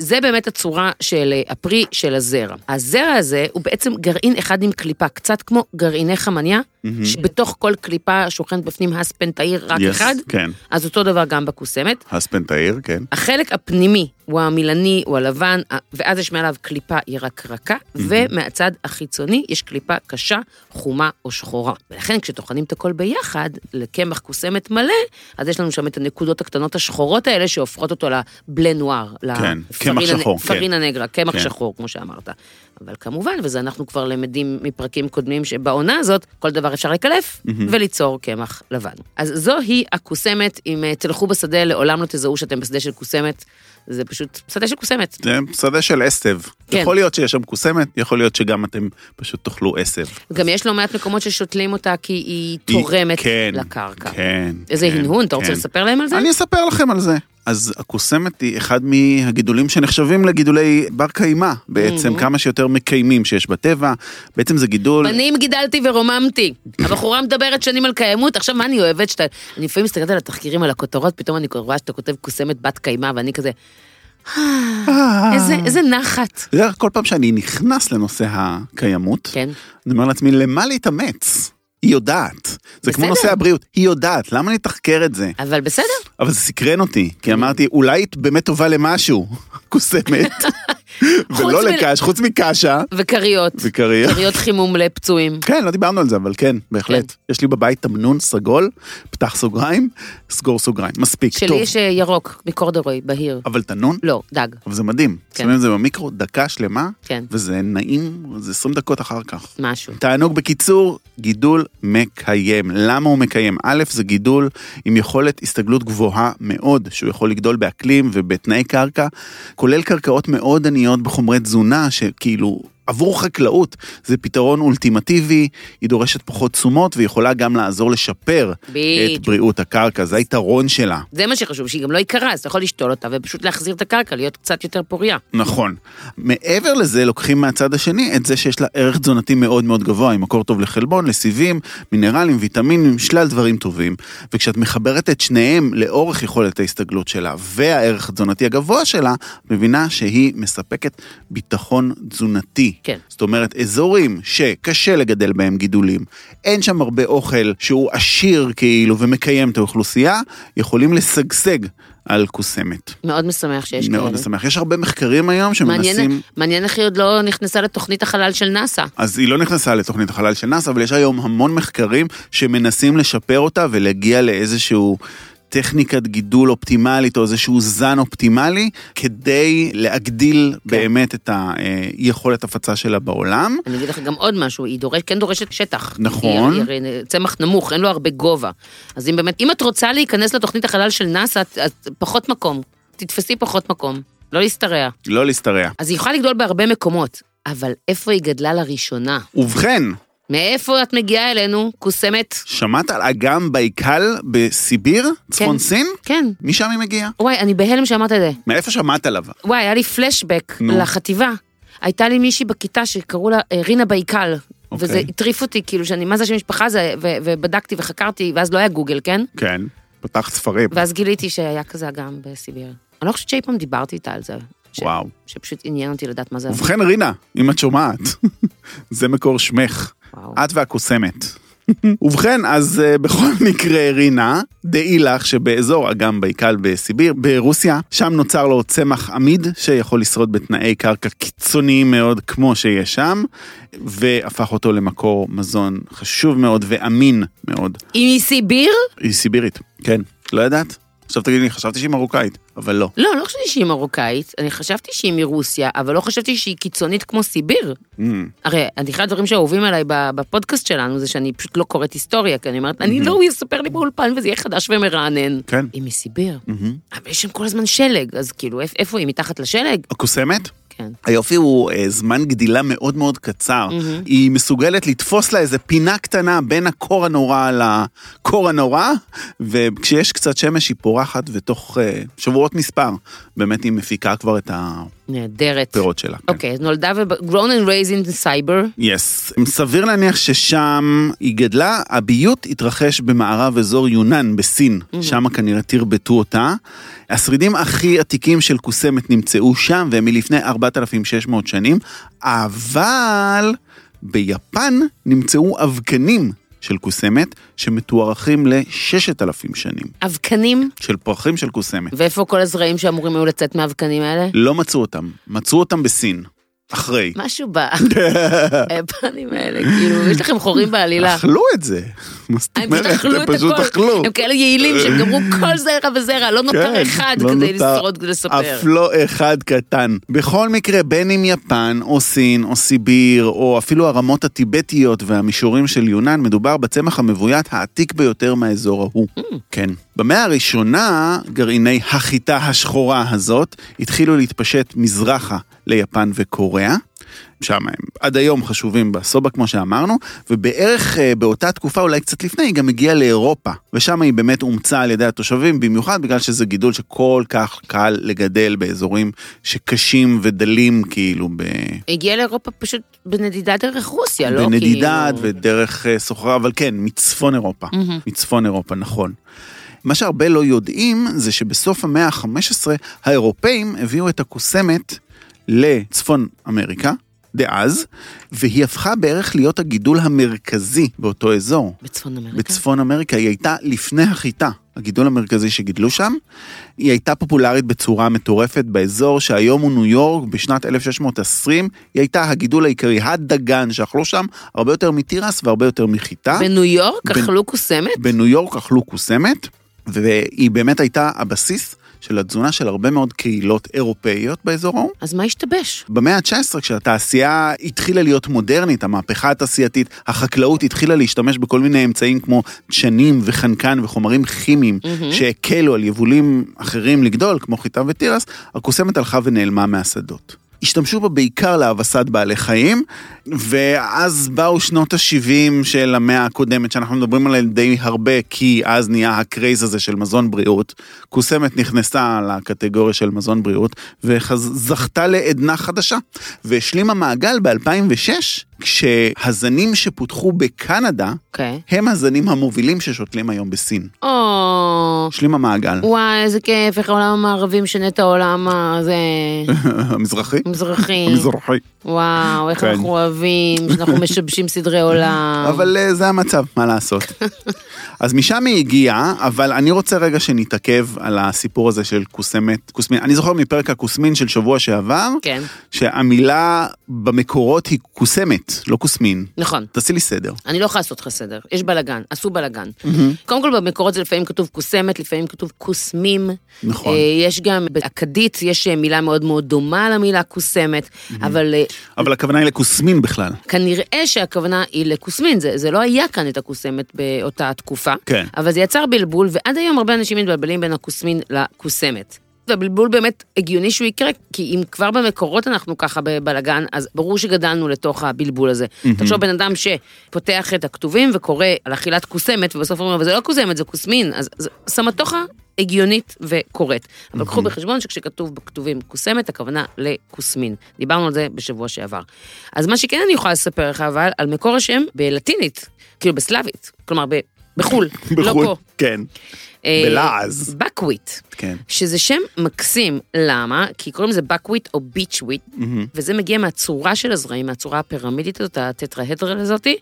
S2: זה באמת הצורה של אה, הפרי של הזרע. הזרע הזה הוא בעצם גרעין אחד עם קליפה, קצת כמו גרעיני חמניה, שבתוך כל קליפה שוכנת בפנים הספנטאיר רק
S1: Yes,
S2: אחד,
S1: כן.
S2: אז אותו דבר גם בקוסמת.
S1: הספן תאיר, כן.
S2: החלק הפנימי הוא המילני, הוא הלבן, ה- ואז יש מעליו קליפה ירקרקה, ומהצד החיצוני יש קליפה קשה, חומה או שחורה. ולכן כשטוחנים את הכל ביחד, לקמח קוסמת מלא, אז יש לנו שם את הנקודות הקטנות השחורות האלה שהופכות אותו לבלה נואר.
S1: כן,
S2: לפרינה-
S1: קמח שחור, כן.
S2: פרינה נגרה, קמח
S1: כן.
S2: שחור, כמו שאמרת. אבל כמובן, וזה אנחנו כבר למדים מפרקים קודמים, שבעונה הזאת כל דבר אפשר לקלף וליצור קמח לבן. אז זוהי הקוסמת, אם אה, תלכו בשדה, לעולם לא תזהו שאתם בשדה של קוסמת, זה פשוט שדה של קוסמת.
S1: זה שדה של עשב.
S2: כן.
S1: יכול להיות שיש שם קוסמת, יכול להיות שגם אתם פשוט תאכלו עשב.
S2: גם יש לא מעט מקומות ששותלים אותה כי היא תורמת
S1: כן,
S2: לקרקע.
S1: כן.
S2: איזה
S1: כן,
S2: הנהון, אתה רוצה
S1: כן.
S2: לספר להם על זה?
S1: אני אספר לכם על זה. אז הקוסמת היא אחד מהגידולים שנחשבים לגידולי בר קיימא בעצם,
S2: Mm-hmm.
S1: כמה שיותר מקיימים שיש בטבע. בעצם זה גידול...
S2: בנים גידלתי ורוממתי. הבחורה מדברת שנים על קיימות, עכשיו מה אני אוהבת שאתה... אני לפעמים מסתכלת על התחקירים, על הכותרות, פתאום אני רואה שאתה כותב קוסמת בת קיימא, ואני כזה,
S1: אה.
S2: איזה, איזה נחת.
S1: אתה יודע, כל פעם שאני נכנס לנושא הקיימות,
S2: כן.
S1: אני אומר לעצמי, למה להתאמץ? היא יודעת. זה כמו
S2: בסדר.
S1: נושא הבריאות, היא יודעת, למה לתחקר את זה?
S2: אבל בסדר,
S1: אבל זה סקרן אותי,
S2: כן.
S1: כי אמרתי, אולי היא באמת טובה למשהו, קוסמת, ולא
S2: מ-
S1: לקש, חוץ מקשה
S2: וכריות.
S1: וכריה.
S2: כריות חימום לפצועים.
S1: כן, לא דיברנו על זה, אבל כן, בהחלט. יש לי בבית תמנון סגול, פתח סוגריים, סגור סוגריים. מספיק,
S2: שלי
S1: טוב.
S2: יש אה, ירוק, מקורדרוי, בהיר.
S1: אבל תנון,
S2: לא, דג.
S1: אבל זה מדהים.
S2: כן.
S1: שמים את זה במיקרו, דקה שלמה,
S2: כן.
S1: וזה נעים, זה 20 דקות אחר כך.
S2: משהו.
S1: תענוג בקיצור, גידול מקיים. למה הוא מקיים? א', זה גידול עם יכולת הסתגלות גבוהה מאוד, שהוא יכול לגדול באקלים ובתנאי קרקע, כולל קרקעות מאוד עניות בחומרי תזונה, שכאילו... עבור חקלאות זה פתרון אולטימטיבי, היא דורשת פחות תשומות ויכולה גם לעזור לשפר את
S2: בדיוק.
S1: בריאות הקרקע, זה היתרון שלה.
S2: זה מה שחשוב, שהיא גם לא יקרה, אז אתה יכול לשתול אותה ופשוט להחזיר את הקרקע, להיות קצת יותר פוריה.
S1: נכון. מעבר לזה, לוקחים מהצד השני את זה שיש לה ערך תזונתי מאוד מאוד גבוה, עם מקור טוב לחלבון, לסיבים, מינרלים, ויטמינים, שלל דברים טובים. וכשאת מחברת את שניהם לאורך יכולת ההסתגלות שלה והערך התזונתי הגבוה שלה, את מבינה שהיא מספקת ביטחון תזונתי.
S2: כן.
S1: זאת אומרת, אזורים שקשה לגדל בהם גידולים, אין שם הרבה אוכל שהוא עשיר כאילו ומקיים את האוכלוסייה, יכולים לשגשג על קוסמת.
S2: מאוד משמח שיש כאלה.
S1: מאוד משמח. יש הרבה מחקרים היום
S2: מעניין-
S1: שמנסים...
S2: מעניין איך היא עוד לא נכנסה לתוכנית החלל של נאסא.
S1: אז היא לא נכנסה לתוכנית החלל של נאס"א, אבל יש היום המון מחקרים שמנסים לשפר אותה ולהגיע לאיזשהו טכניקת גידול אופטימלית או איזשהו זן אופטימלי, כדי להגדיל
S2: כן.
S1: באמת את היכולת הפצה שלה בעולם.
S2: אני אגיד לך גם עוד משהו, היא דורש, כן דורשת שטח.
S1: נכון.
S2: היא, היא, הרי צמח נמוך, אין לו הרבה גובה. אז אם באמת, אם את רוצה להיכנס לתוכנית החלל של נאסא, את, את פחות מקום. תתפסי פחות מקום. לא להשתרע.
S1: לא להשתרע.
S2: אז היא יכולה לגדול בהרבה מקומות, אבל איפה היא גדלה לראשונה?
S1: ובכן,
S2: מאיפה את מגיעה אלינו, קוסמת?
S1: שמעת על אגם בייקל בסיביר? צפון סין?
S2: כן.
S1: משם היא מגיעה.
S2: וואי, אני בהלם שאמרת את זה.
S1: מאיפה שמעת עליו?
S2: וואי, היה לי פלשבק
S1: נו.
S2: לחטיבה. הייתה לי מישהי בכיתה שקראו לה אה, רינה בייקל.
S1: אוקיי.
S2: וזה הטריף אותי, כאילו, שאני, מה זה השם משפחה זה, ו- ובדקתי וחקרתי, ואז לא היה גוגל, כן?
S1: כן, פתח ספרים.
S2: ואז גיליתי שהיה כזה אגם בסיביר. אני לא חושבת שאי פעם דיברתי איתה על זה. ש-
S1: וואו.
S2: שפשוט עניין אותי לדעת מה זה.
S1: ובכן, רינה, אם את שומעת, זה מקור שמך.
S2: וואו.
S1: את והקוסמת. ובכן, אז אה, בכל מקרה, רינה, דעי לך שבאזור אגם בייקל בסיביר, ברוסיה, שם נוצר לו צמח עמיד שיכול לשרוד בתנאי קרקע קיצוניים מאוד כמו שיש שם, והפך אותו למקור מזון חשוב מאוד ואמין מאוד.
S2: היא מסיביר?
S1: היא סיבירית, כן, לא ידעת? עכשיו תגידי לי, חשבתי שהיא מרוקאית, אבל לא.
S2: לא, לא חשבתי שהיא מרוקאית, אני חשבתי שהיא מרוסיה, אבל לא חשבתי שהיא קיצונית כמו סיביר.
S1: Mm,
S2: הרי, אני- אחד הדברים שאהובים עליי ב- בפודקאסט שלנו זה שאני פשוט לא קוראת היסטוריה, כי אני אומרת,
S1: Mm-hmm.
S2: אני לא, הוא יספר לי באולפן וזה יהיה חדש ומרענן.
S1: כן.
S2: היא מסיביר,
S1: מהמם.
S2: אבל יש שם כל הזמן שלג, אז כאילו, איפ- איפה היא? מתחת לשלג?
S1: הקוסמת?
S2: כן.
S1: היופי הוא אה, זמן גדילה מאוד מאוד קצר.
S2: מהמם.
S1: היא מסוגלת לתפוס לה איזה פינה קטנה בין הקור הנורא לקור הנורא, וכשיש קצת שמש היא פורחת, ותוך אה, שבועות מספר, באמת היא מפיקה כבר את הפירות
S2: נהדרת.
S1: שלה. כן.
S2: אוקיי, אז נולדה ו... grown and raised in cyber.
S1: יס. Yes. סביר להניח ששם היא גדלה, הביוט התרחש במערב אזור יונן בסין,
S2: Mm.
S1: mm-hmm. שם כנראה תרבטו אותה. השרידים הכי עתיקים של קוסמת נמצאו שם, והם מלפני 4,600 שנים, אבל ביפן נמצאו אבקנים של קוסמת, שמתוארכים ל-6,000 שנים,
S2: אבקנים,
S1: של פרחים של קוסמת.
S2: ואיפה כל הזרעים שאמורים היו לצאת מהאבקנים האלה?
S1: לא מצאו אותם, מצאו אותם בסין, אחרי.
S2: משהו בפנים האלה, כאילו, יש לכם חורים בעלילה. אה,
S1: אכלו את זה, מה זאת
S2: הם פשוט
S1: אומרת?
S2: אכלו את
S1: הם פשוט
S2: הכל,
S1: אכלו.
S2: הם כאלה יעילים שהם גמרו כל זרע וזרע, לא נותר
S1: כן,
S2: אחד
S1: לא
S2: כדי
S1: נותר
S2: לשרוד ולספר.
S1: אף לא אחד קטן. בכל מקרה, בין אם יפן, או סין, או סיביר, או אפילו הרמות הטיבטיות והמישורים של יונן, מדובר בצמח המבוית העתיק ביותר מהאזור ההוא.
S2: Mm.
S1: כן. במאה הראשונה, גרעיני החיטה השחורה הזאת התחילו להתפשט מזרחה ליפן וקוריאה. שם הם עד היום חשובים בסובה, כמו שאמרנו, ובערך אה, באותה תקופה, אולי קצת לפני, היא גם הגיעה לאירופה. ושם היא באמת אומצה על ידי התושבים, במיוחד בגלל שזה גידול שכל כך קל לגדל באזורים שקשים ודלים, כאילו, ב...
S2: הגיע לאירופה פשוט בנדידה דרך רוסיה, לא?
S1: בנדידד
S2: כאילו-
S1: ודרך אה, סוחרה, אבל כן, מצפון אירופה.
S2: מהמם.
S1: מצפון אירופה, נכון. מה שהרבה לא יודעים זה שבסוף המאה ה-15 האירופאים הביאו את הקוסמת לצפון אמריקה, דאז, והיא הפכה בערך להיות הגידול המרכזי באותו אזור.
S2: בצפון אמריקה.
S1: בצפון אמריקה, היא הייתה לפני החיטה, הגידול המרכזי שגידלו שם. היא הייתה פופולרית בצורה מטורפת באזור שהיום הוא ניו יורק, בשנת 1620, היא הייתה הגידול העיקרי, הדגן שאכלו שם, הרבה יותר מתירס והרבה יותר מחיטה.
S2: בניו יורק
S1: בנ-
S2: אכלו קוסמת?
S1: בניו יורק אכלו קוסמת, והיא באמת הייתה הבסיס של התזונה של הרבה מאוד קהילות אירופאיות באזור ההוא.
S2: אז מה השתבש?
S1: במאה ה-19, כשהתעשייה התחילה להיות מודרנית, המהפכה התעשייתית, החקלאות התחילה להשתמש בכל מיני אמצעים כמו דשנים וחנקן וחומרים כימיים,
S2: מהמם.
S1: שהקלו על יבולים אחרים לגדול, כמו חיטה ותירס, הקוסמת הלכה ונעלמה מהשדות. השתמשו בה בעיקר להאבסת בעלי חיים, ואז באו שנות ה-70 של המאה הקודמת, שאנחנו מדברים עליה די הרבה, כי אז נהיה הקרייז הזה של מזון בריאות. קוסמת נכנסה לקטגוריה של מזון בריאות, וזכתה לעדנה חדשה, והשלימה מעגל ב-2006, כשהזנים שפותחו בקנדה,
S2: אוקיי.
S1: הם הזנים המובילים ששותלים היום בסין.
S2: או...
S1: השלימה מעגל.
S2: וואי, איזה כיף, איך העולם המערבי משנה את העולם הזה...
S1: המזרחי?
S2: כן. המזרחי.
S1: המזרחי.
S2: וואו, איך
S1: כן.
S2: אנחנו אוהבים, שאנחנו משבשים סדרי עולם.
S1: אבל אה, זה המצב, מה לעשות. אז משם היא הגיעה, אבל אני רוצה רגע שנתעכב על הסיפור הזה של קוסמת, קוסמין. אני זוכר מפרק הקוסמין של שבוע שעבר,
S2: כן,
S1: שהמילה במקורות היא קוסמת, לא קוסמין.
S2: נכון.
S1: תעשי לי סדר.
S2: אני לא יכולה לעשות לך סדר, יש בלאגן, עשו בלאגן. קודם כל במקורות זה לפעמים כתוב קוסמת, לפעמים כתוב קוסמים.
S1: נכון.
S2: אה, יש גם, באכדית יש אה, מילה מאוד מאוד דומה למילה קוסמת, אבל אה,
S1: אבל הכוונה היא לקוסמין בכלל.
S2: כנראה שהכוונה היא לקוסמין, זה, זה לא היה כאן את הקוסמת באותה התקופה.
S1: כן.
S2: אבל זה יצר בלבול, ועד היום הרבה אנשים מתבלבלים בין הקוסמין לקוסמת. הבלבול באמת הגיוני שהוא יקרה, כי אם כבר במקורות אנחנו ככה בבלגן, אז ברור שגדלנו לתוך הבלבול הזה. תחשוב, בן אדם שפותח את הכתובים וקורא על אכילת כוסמת, ובסוף אומרים, אבל זה לא כוסמת, זה כוסמין, אז אז סמטוחה הגיונית וקורית. אבל קחו בחשבון שכשכתוב בכתובים כוסמת, הכוונה לכוסמין. דיברנו על זה בשבוע שעבר. אז מה שכן אני יכולה לספר לך, אבל, על מקור השם בלטינית, כאילו בסלאבית, כלומר ב- בחו"ל, לא
S1: בחו"ל.
S2: פה.
S1: כן,
S2: אה,
S1: בלעז.
S2: בקוויט,
S1: כן.
S2: שזה שם מקסים, למה? כי קוראים לזה בקוויט או ביצ'וויט,
S1: מהמם.
S2: וזה מגיע מהצורה של הזרעים, מהצורה הפירמידית הזאת, הטטרהדרל הזאתי,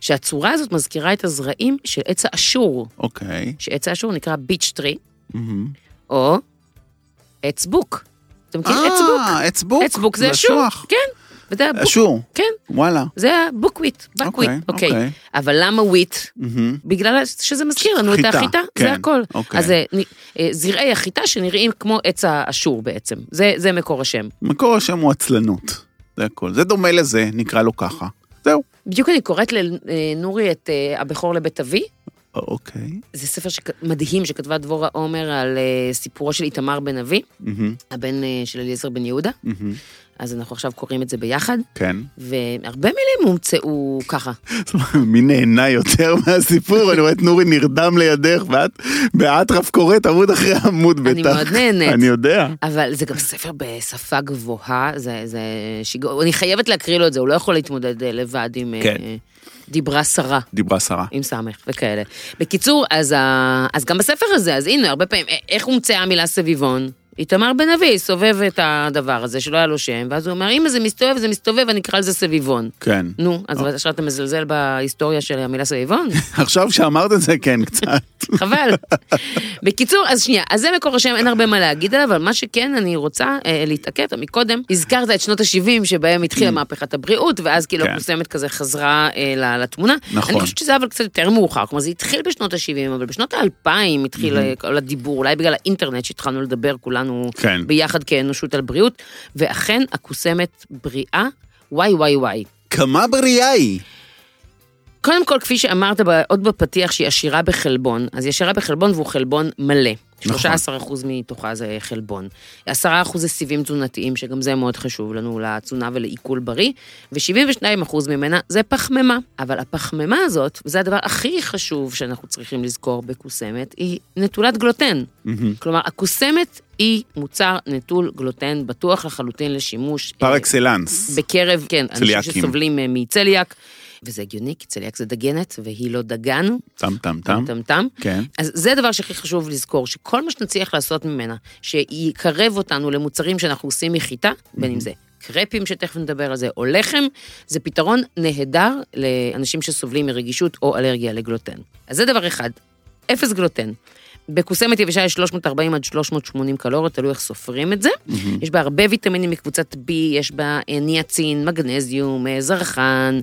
S2: שהצורה הזאת מזכירה את הזרעים של עץ האשור,
S1: אוקיי.
S2: שעץ האשור נקרא ביץ' טרי,
S1: מהמם.
S2: או עץ בוק. אתה מכיר עץ בוק?
S1: אה, עץ בוק.
S2: עץ בוק כן, זה אשור,
S1: אשוח.
S2: כן, וזה הבוק,
S1: אשור,
S2: כן,
S1: וואלה.
S2: זה הבוקוויט, בקוויט, אוקיי.
S1: אוקיי, אוקיי.
S2: אבל למה וויט?
S1: מהמם.
S2: בגלל שזה מזכיר לנו את
S1: חיטה,
S2: החיטה,
S1: כן,
S2: זה הכל.
S1: אוקיי.
S2: אז אה, נ- אה, זרעי החיטה שנראים כמו עץ האשור בעצם, זה זה מקור השם.
S1: מקור השם הוא עצלנות, זה הכל. זה דומה לזה, נקרא לו ככה. זהו.
S2: בדיוק אני קוראת לנורי את אה, הבכור לבית אבי,
S1: א- אוקיי.
S2: זה ספר שכ- מדהים שכתבה דבורה עומר על אה, סיפורו של איתמר בן אבי,
S1: מהמם,
S2: הבן אה, של אליעזר בן יהודה,
S1: מהמם.
S2: אז אנחנו עכשיו קוראים את זה ביחד,
S1: כן.
S2: והרבה מילים הומצאו ככה.
S1: מי נהנה יותר מהסיפור? אני רואה את נורי נרדם לידך, ואת באטרף קוראת עמוד אחרי עמוד בטח.
S2: אני מאוד נהנית.
S1: אני יודע.
S2: אבל זה גם ספר בשפה גבוהה, זה, זה שיגעון, אני חייבת להקריא לו את זה, הוא לא יכול להתמודד אה, לבד עם אה,
S1: כן.
S2: אה, דיברה שרה.
S1: דיברה שרה.
S2: עם סמך וכאלה. בקיצור, אז, ה... אז גם בספר הזה, אז הנה, הרבה פעמים, א- איך הומצאה המילה סביבון? איתמר בן אבי סובב את הדבר הזה, שלא היה לו שם, ואז הוא אומר, אם זה מסתובב, זה מסתובב, אני אקרא לזה סביבון.
S1: כן.
S2: נו, אז עכשיו אתה מזלזל בהיסטוריה של המילה סביבון?
S1: עכשיו שאמרת את זה, כן, קצת.
S2: חבל. בקיצור, אז שנייה, אז זה מקור השם, אין הרבה מה להגיד עליו, אבל מה שכן אני רוצה אה, להתעכב, אתה מקודם, הזכרת את שנות ה-70 שבהם התחילה מהפכת הבריאות, ואז כאילו
S1: Mm. כן.
S2: הקוסמת כזה חזרה אה, ל- לתמונה.
S1: נכון.
S2: אני חושבת שזה אבל קצת יותר מאוחר, כלומר זה התחיל בשנות ה-70, אבל בשנות ה-2000
S1: Mm-hmm.
S2: התחיל אה, כל הדיבור, אולי בגלל האינטרנט שהתחלנו לדבר כולנו
S1: כן.
S2: ביחד כאנושות על בריאות, ואכן הקוסמת בריאה, וואי וואי וואי.
S1: כמה בריאה היא.
S2: קודם כל, כפי שאמרת ב- עוד בפתיח, שהיא עשירה בחלבון, אז היא עשירה בחלבון והוא חלבון מלא.
S1: נכון.
S2: 13% מתוכה זה חלבון. 10% זה סיבים תזונתיים, שגם זה מאוד חשוב לנו לתזונה ולעיכול בריא, ו-72% ממנה זה פחמימה. אבל הפחמימה הזאת, וזה הדבר הכי חשוב שאנחנו צריכים לזכור בקוסמת, היא נטולת גלוטן.
S1: מהמם.
S2: כלומר, הקוסמת היא מוצר נטול גלוטן, בטוח לחלוטין לשימוש.
S1: פר
S2: אה,
S1: אקסלנס.
S2: בקרב, כן, אנשים
S1: צליאקים.
S2: שסובלים אה, מצליאק, וזה הגיוני, כי צליאק זה דגנת, והיא לא דגן,
S1: טם טם טם.
S2: טם טם.
S1: כן.
S2: אז זה הדבר שהכי חשוב לזכור, שכל מה שנצליח לעשות ממנה, שיקרב אותנו למוצרים שאנחנו עושים מחיטה, בין אם זה קרפים, שתכף נדבר על זה, או לחם, זה פתרון נהדר לאנשים שסובלים מרגישות או אלרגיה לגלוטן. אז זה דבר אחד, אפס גלוטן. בקוסמת יבשה יש 340 עד 380 קלוריות, תלוי איך סופרים את זה.
S1: מהמם.
S2: יש בה הרבה ויטמינים מקבוצת B, יש בה אה, ניאצין, מגנזיום, אה, זרחן,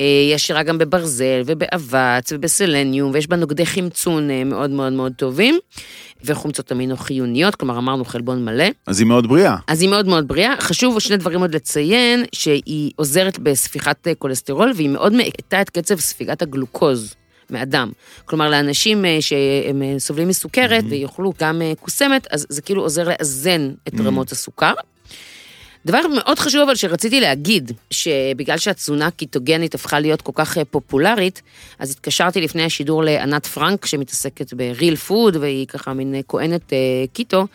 S2: אה, היא עשירה גם בברזל ובאבץ ובסלניום, ויש בה נוגדי חמצון אה, מאוד מאוד מאוד טובים, וחומצות אמינו חיוניות, כלומר אמרנו חלבון מלא.
S1: אז היא מאוד בריאה.
S2: אז היא מאוד מאוד בריאה. חשוב שני דברים עוד לציין, שהיא עוזרת בספיחת אה, כולסטרול, והיא מאוד מאטה את קצב ספיגת הגלוקוז. מאדם. כלומר, לאנשים אה, שהם אה, סובלים מסוכרת ויאכלו גם אה, קוסמת, אז זה כאילו עוזר לאזן את רמות הסוכר. דבר מאוד חשוב אבל שרציתי להגיד, שבגלל שהתזונה הקיטוגנית הפכה להיות כל כך אה, פופולרית, אז התקשרתי לפני השידור לענת פרנק, שמתעסקת בריל פוד, והיא ככה מין אה, כהנת אה, קיטו.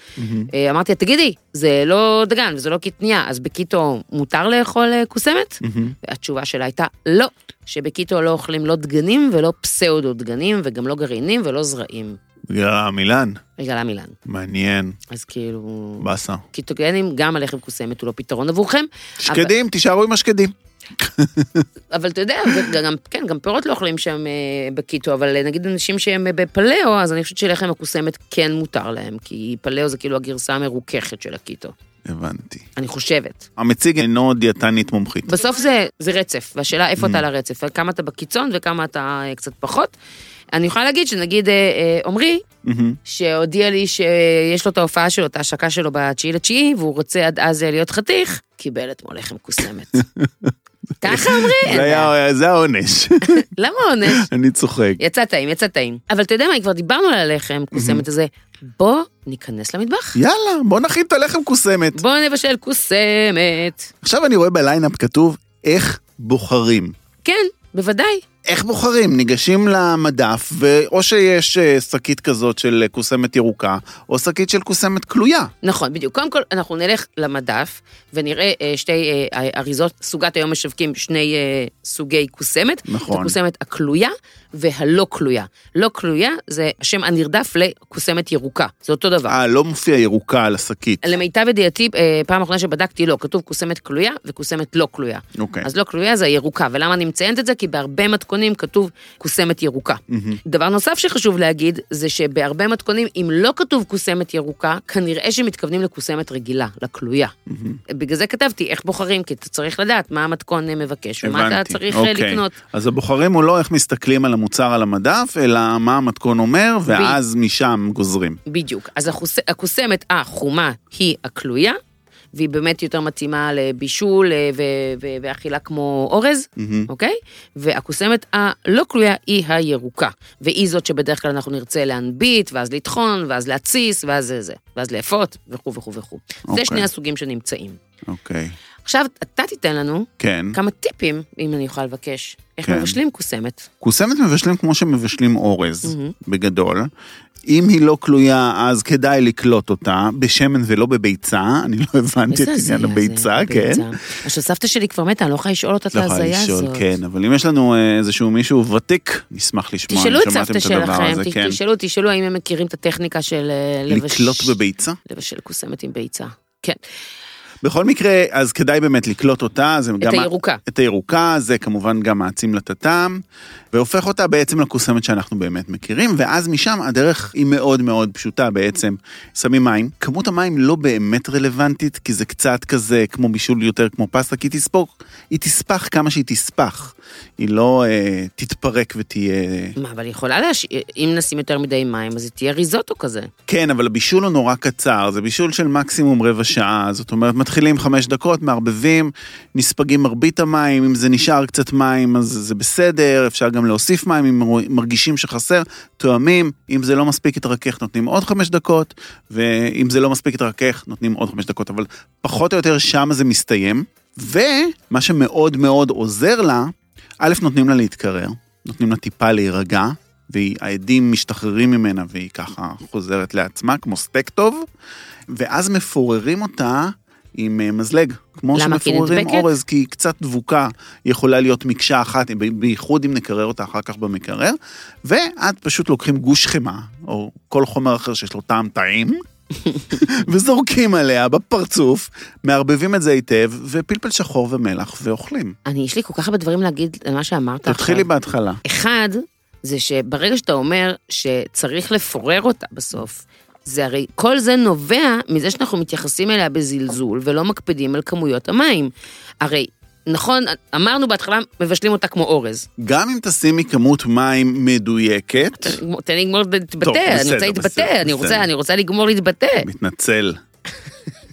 S2: אה, אמרתי לה, תגידי, זה לא דגן וזה לא קטניה, אז בקיטו מותר לאכול אה, קוסמת?
S1: מהמם.
S2: והתשובה שלה הייתה לא, שבקיטו לא אוכלים לא דגנים ולא פסאודו דגנים, וגם לא גרעינים ולא זרעים.
S1: יאללה, מילן.
S2: רגע, למילן.
S1: מעניין.
S2: אז כאילו,
S1: באסה.
S2: קיטוגנים, גם הלחם קוסמת הוא לא פתרון עבורכם,
S1: שקדים, תישארו עם השקדים.
S2: אבל אתה יודע, וגם, כן, גם פירות לא אוכלים שם אה, בקיטו, אבל אה, נגיד אנשים שהם אה, בפלאו, אז אני חושבת שלחם הקוסמת כן מותר להם, כי פלאו זה כאילו הגרסה המרוככת של הקיטו,
S1: הבנתי.
S2: אני חושבת.
S1: המציג אינו דיאטנית מומחית.
S2: בסוף זה, זה רצף, והשאלה איפה
S1: Mm.
S2: אתה על הרצף, כמה אתה בקיצון וכמה אתה אה, קצת פחות. אני יכולה להגיד שנגיד אה, אה, עמרי,
S1: מהמם.
S2: שהודיע לי שיש לו את ההופעה שלו, את ההשקה שלו בתשיעי לתשיעי, והוא רוצה עד אז אה, להיות חתיך, קיבל אתמול לחם קוסמת. ככה
S1: זה
S2: עמרי?
S1: היה- זה העונש.
S2: למה עונש?
S1: אני צוחק.
S2: יצא טעים, יצא טעים. אבל אתה יודע מה, כבר דיברנו על הלחם, קוסמת הזה. בוא ניכנס למטבח.
S1: יאללה, בוא נכין את הלחם קוסמת.
S2: בוא נבשל כוסמת.
S1: עכשיו אני רואה בליינאפ כתוב איך בוחרים.
S2: כן, בוודאי.
S1: איך בוחרים? ניגשים למדף, ואו שיש אה, שקית כזאת של אה, קוסמת ירוקה, או שקית של קוסמת כלויה.
S2: נכון, בדיוק. קודם כל, אנחנו נלך למדף ונראה אה, שתי אה, אריזות, סוגת היום משווקים שני אה, סוגי קוסמת. את
S1: נכון.
S2: הקוסמת הכלויה והלא כלויה. לא כלויה זה השם הנרדף לקוסמת ירוקה, זה אותו דבר.
S1: אה, לא מופיע ירוקה על השקית.
S2: למיטב ידיעתי, אה, פעם אחרונה שבדקתי, לא, כתוב קוסמת כלויה וקוסמת לא כלויה.
S1: אוקיי.
S2: אז לא כלויה זה הירוקה, ולמה אני מציינת את זה? כי בהרבה מתכונים כתוב קוסמת ירוקה.
S1: מהמם.
S2: דבר נוסף שחשוב להגיד, זה שבהרבה מתכונים, אם לא כתוב קוסמת ירוקה, כנראה שמתכוונים לקוסמת רגילה, לכלויה.
S1: מהמם.
S2: בגלל זה כתבתי איך בוחרים, כי אתה צריך לדעת מה המתכון אה, מבקש, ומה אתה
S1: הבנתי,
S2: צריך אה,
S1: אוקיי.
S2: לקנות.
S1: אז הבוחרים הוא לא איך מסתכלים על המוצר על המדף, אלא מה המתכון אומר, ואז משם גוזרים.
S2: בדיוק. אז הקוס... הקוסמת החומה היא הכלויה, והיא באמת יותר מתאימה לבישול אה, ו... ו... ואכילה כמו אורז,
S1: מהמם.
S2: אוקיי? והקוסמת הלא כלויה היא הירוקה, והיא זאת שבדרך כלל אנחנו נרצה להנביט, ואז לטחון, ואז להתסיס, ואז זה זה, ואז לאפות, וכו' וכו' וכו'. זה
S1: אוקיי.
S2: שני הסוגים שנמצאים.
S1: אוקיי.
S2: עכשיו, אתה תיתן לנו
S1: כן.
S2: כמה טיפים, אם אני אוכל לבקש, איך
S1: כן.
S2: מבשלים קוסמת.
S1: כוסמת מבשלים כמו שמבשלים אורז,
S2: מהמם.
S1: בגדול. אם היא לא כלויה, אז כדאי לקלוט אותה בשמן ולא בביצה. אני לא הבנתי את
S2: איזה הזיה זה,
S1: עניין הביצה, כן.
S2: הביצה. עכשיו, סבתא שלי כבר מתה, אני לא יכולה לשאול אותה את
S1: לא יכולה
S2: ההזיה הזאת.
S1: לשאול, כן, אבל אם יש לנו אה, איזשהו מישהו ותיק, נשמח לשמוע
S2: תשאלו את
S1: אם שמעתם
S2: סבתא
S1: הדבר
S2: שלכם,
S1: הזה,
S2: ת-
S1: כן.
S2: תשאלו, תשאלו האם הם מכירים את הטכניקה של אה, לבש...
S1: לקלוט בביצה?
S2: לבשל קוסמת עם ביצה. כן,
S1: בכל מקרה, אז כדאי באמת לקלוט אותה, זה
S2: את
S1: גם...
S2: הירוקה.
S1: את הירוקה, זה כמובן גם מעצים לטעם, והופך אותה בעצם לקוסמת שאנחנו באמת מכירים, ואז משם הדרך היא מאוד מאוד פשוטה בעצם. שמים מים, כמות המים לא באמת רלוונטית, כי זה קצת כזה כמו בישול יותר כמו פסטה, כי היא תספור, היא תספח כמה שהיא תספח, היא לא אה, תתפרק ותהיה...
S2: מה, אבל היא יכולה להשאיר, אם נשים יותר מדי מים, אז היא תהיה ריזוטו כזה.
S1: כן, אבל הבישול הוא נורא קצר, זה בישול של מקסימום רבע שעה, זאת אומרת, מתחילים חמש דקות, מערבבים, נספגים מרבית המים, אם זה נשאר קצת מים אז זה בסדר, אפשר גם להוסיף מים אם רוא- מרגישים שחסר, תואמים, אם זה לא מספיק התרכך נותנים עוד חמש דקות, ואם זה לא מספיק התרכך נותנים עוד חמש דקות, אבל פחות או יותר שם זה מסתיים, ומה שמאוד מאוד עוזר לה, א', נותנים לה להתקרר, נותנים לה טיפה להירגע, והעדים משתחררים ממנה והיא ככה חוזרת לעצמה, כמו סטייק טוב, ואז מפוררים אותה עם אה, מזלג, כמו
S2: למה? כי היא
S1: שמפוררים
S2: נדבקת?
S1: אורז, כי היא קצת דבוקה, היא יכולה להיות מקשה אחת, ב- בייחוד אם נקרר אותה אחר כך במקרר, ואת פשוט לוקחים גוש חמאה, או כל חומר אחר שיש לו טעם טעים. וזורקים עליה בפרצוף, מערבבים את זה היטב, ופלפל שחור ומלח, ואוכלים.
S2: אני, יש לי כל כך הרבה דברים להגיד על מה שאמרת עכשיו.
S1: תתחילי בהתחלה.
S2: אחד, זה שברגע שאתה אומר שצריך לפורר אותה בסוף, זה הרי, כל זה נובע מזה שאנחנו מתייחסים אליה בזלזול ולא מקפידים על כמויות המים. הרי, נכון, אמרנו בהתחלה, מבשלים אותה כמו אורז.
S1: גם אם תשימי כמות מים מדויקת,
S2: תן לי לגמור להתבטא,
S1: טוב,
S2: אני
S1: בסדר,
S2: רוצה להתבטא,
S1: בסדר,
S2: אני
S1: בסדר.
S2: רוצה, אני רוצה לגמור להתבטא.
S1: מתנצל.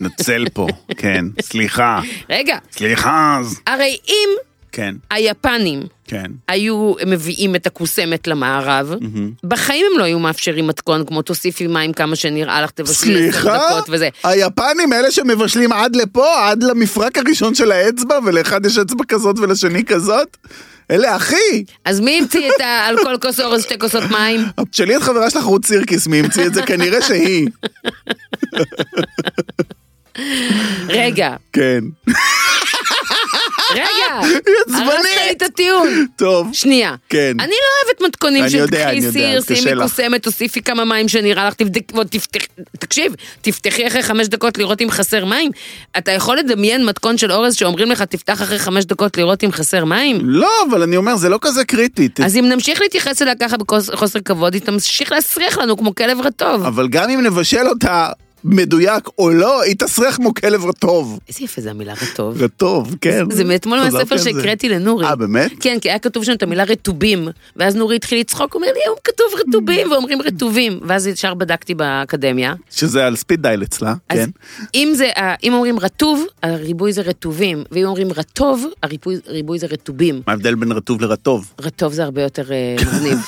S1: מתנצל פה, כן. סליחה,
S2: רגע,
S1: סליחה אז.
S2: הרי אם
S1: כן,
S2: היפנים
S1: כן.
S2: היו מביאים את הקוסמת למערב,
S1: מהמם.
S2: בחיים הם לא היו מאפשרים מתכון כמו תוסיפי מים כמה שנראה לך, תבשלי עשר
S1: סליחה?
S2: דקות וזה.
S1: היפנים אלה שמבשלים עד לפה, עד למפרק הראשון של האצבע, ולאחד יש אצבע כזאת ולשני כזאת? אלה אחי!
S2: אז מי המציא את ה... על כל כוס אורז שתי כוסות מים?
S1: תשאלי את חברה שלך רות סירקיס מי המציא את זה, כנראה שהיא.
S2: רגע,
S1: כן.
S2: רגע.
S1: עצבנית.
S2: הרסת לי את הטיעון.
S1: טוב.
S2: שנייה.
S1: כן.
S2: אני לא אוהבת מתכונים
S1: אני
S2: של
S1: יודע, אני
S2: תקחי
S1: יודע,
S2: סיר,
S1: קשה
S2: שימי
S1: לך.
S2: קוסמת, תוסיפי כמה מים שנראה לך, תבדק, בוא, תפתח, תקשיב, תפתחי אחרי חמש דקות לראות אם חסר מים. אתה יכול לדמיין מתכון של אורז שאומרים לך, תפתח אחרי חמש דקות לראות אם חסר מים?
S1: לא, אבל אני אומר, זה לא כזה קריטי. ת-
S2: אז אם נמשיך להתייחס אליה ככה בחוסר כבוד, היא תמשיך להסריח לנו כמו כלב רטוב.
S1: אבל גם אם נבשל אותה מדויק או לא, היא תסריח כמו כלב רטוב.
S2: איזה יפה זה המילה רטוב.
S1: רטוב, כן.
S2: זה מאתמול
S1: חזרתי
S2: מהספר
S1: על זה.
S2: שהקראתי לנורי.
S1: אה, באמת?
S2: כן, כי היה כתוב שם את המילה רטובים, ואז נורי התחיל לצחוק, הוא אומר לי, היום כתוב רטובים, ואומרים רטובים, ואז ישר בדקתי באקדמיה.
S1: שזה על ספיד דייל אצלה,
S2: אז
S1: כן.
S2: אם זה, ה- אם אומרים רטוב, הריבוי זה רטובים, ואם אומרים רטוב, הריבוי הריבוי זה רטובים.
S1: מה ההבדל בין רטוב לרטוב?
S2: רטוב זה הרבה יותר אה, מגניב,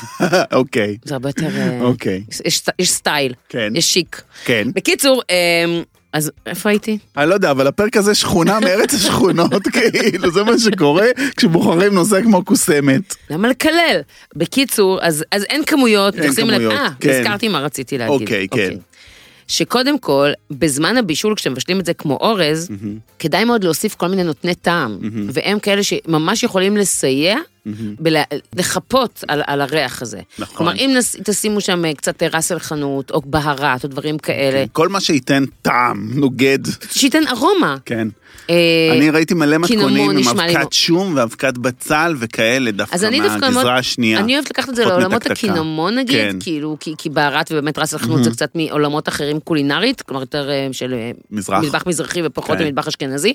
S1: אוקיי.
S2: זה הרבה יותר... אה,
S1: אוקיי.
S2: יש- יש- יש סטייל,
S1: כן.
S2: יש שיק.
S1: כן.
S2: בקיצור, אה, אז איפה הייתי?
S1: אני לא יודע, אבל הפרק הזה שכונה מארץ השכונות, כאילו, זה מה שקורה כשבוחרים נושא כמו קוסמת.
S2: למה לקלל? בקיצור, אז, אז אין כמויות,
S1: אין
S2: מתייחסים אליהם-
S1: כמויות,
S2: אה,
S1: כן.
S2: נזכרתי מה רציתי להגיד.
S1: אוקיי, כן.
S2: שקודם כל, בזמן הבישול, כשאתם מבשלים את זה כמו אורז, כדאי מאוד להוסיף כל מיני נותני טעם, והם כאלה שממש יכולים לסייע. ולחפות על, על הריח הזה.
S1: נכון.
S2: כלומר, אם נס, תשימו שם אה, קצת ראס אל חנות, או בהרת, או דברים כאלה,
S1: כל מה שייתן טעם, נוגד,
S2: שייתן ארומה.
S1: כן.
S2: אה,
S1: אני ראיתי מלא
S2: קינמון
S1: מתכונים עם
S2: נשמע לי מאוד-
S1: אבקת שום ואבקת בצל וכאלה,
S2: אז
S1: דווקא
S2: אני דווקא מאוד,
S1: מהגזרה השנייה.
S2: אני אוהבת לקחת את זה
S1: פחות
S2: לעולמות
S1: מתקתקה.
S2: הקינמון נגיד,
S1: כן.
S2: כאילו, כי, כי בערת ובאמת רס לחנות זה קצת מעולמות אחרים קולינרית, כלומר יותר אה, של אה,
S1: מזרח.
S2: מטבח מזרחי ופחות
S1: כן.
S2: מטבח אשכנזי,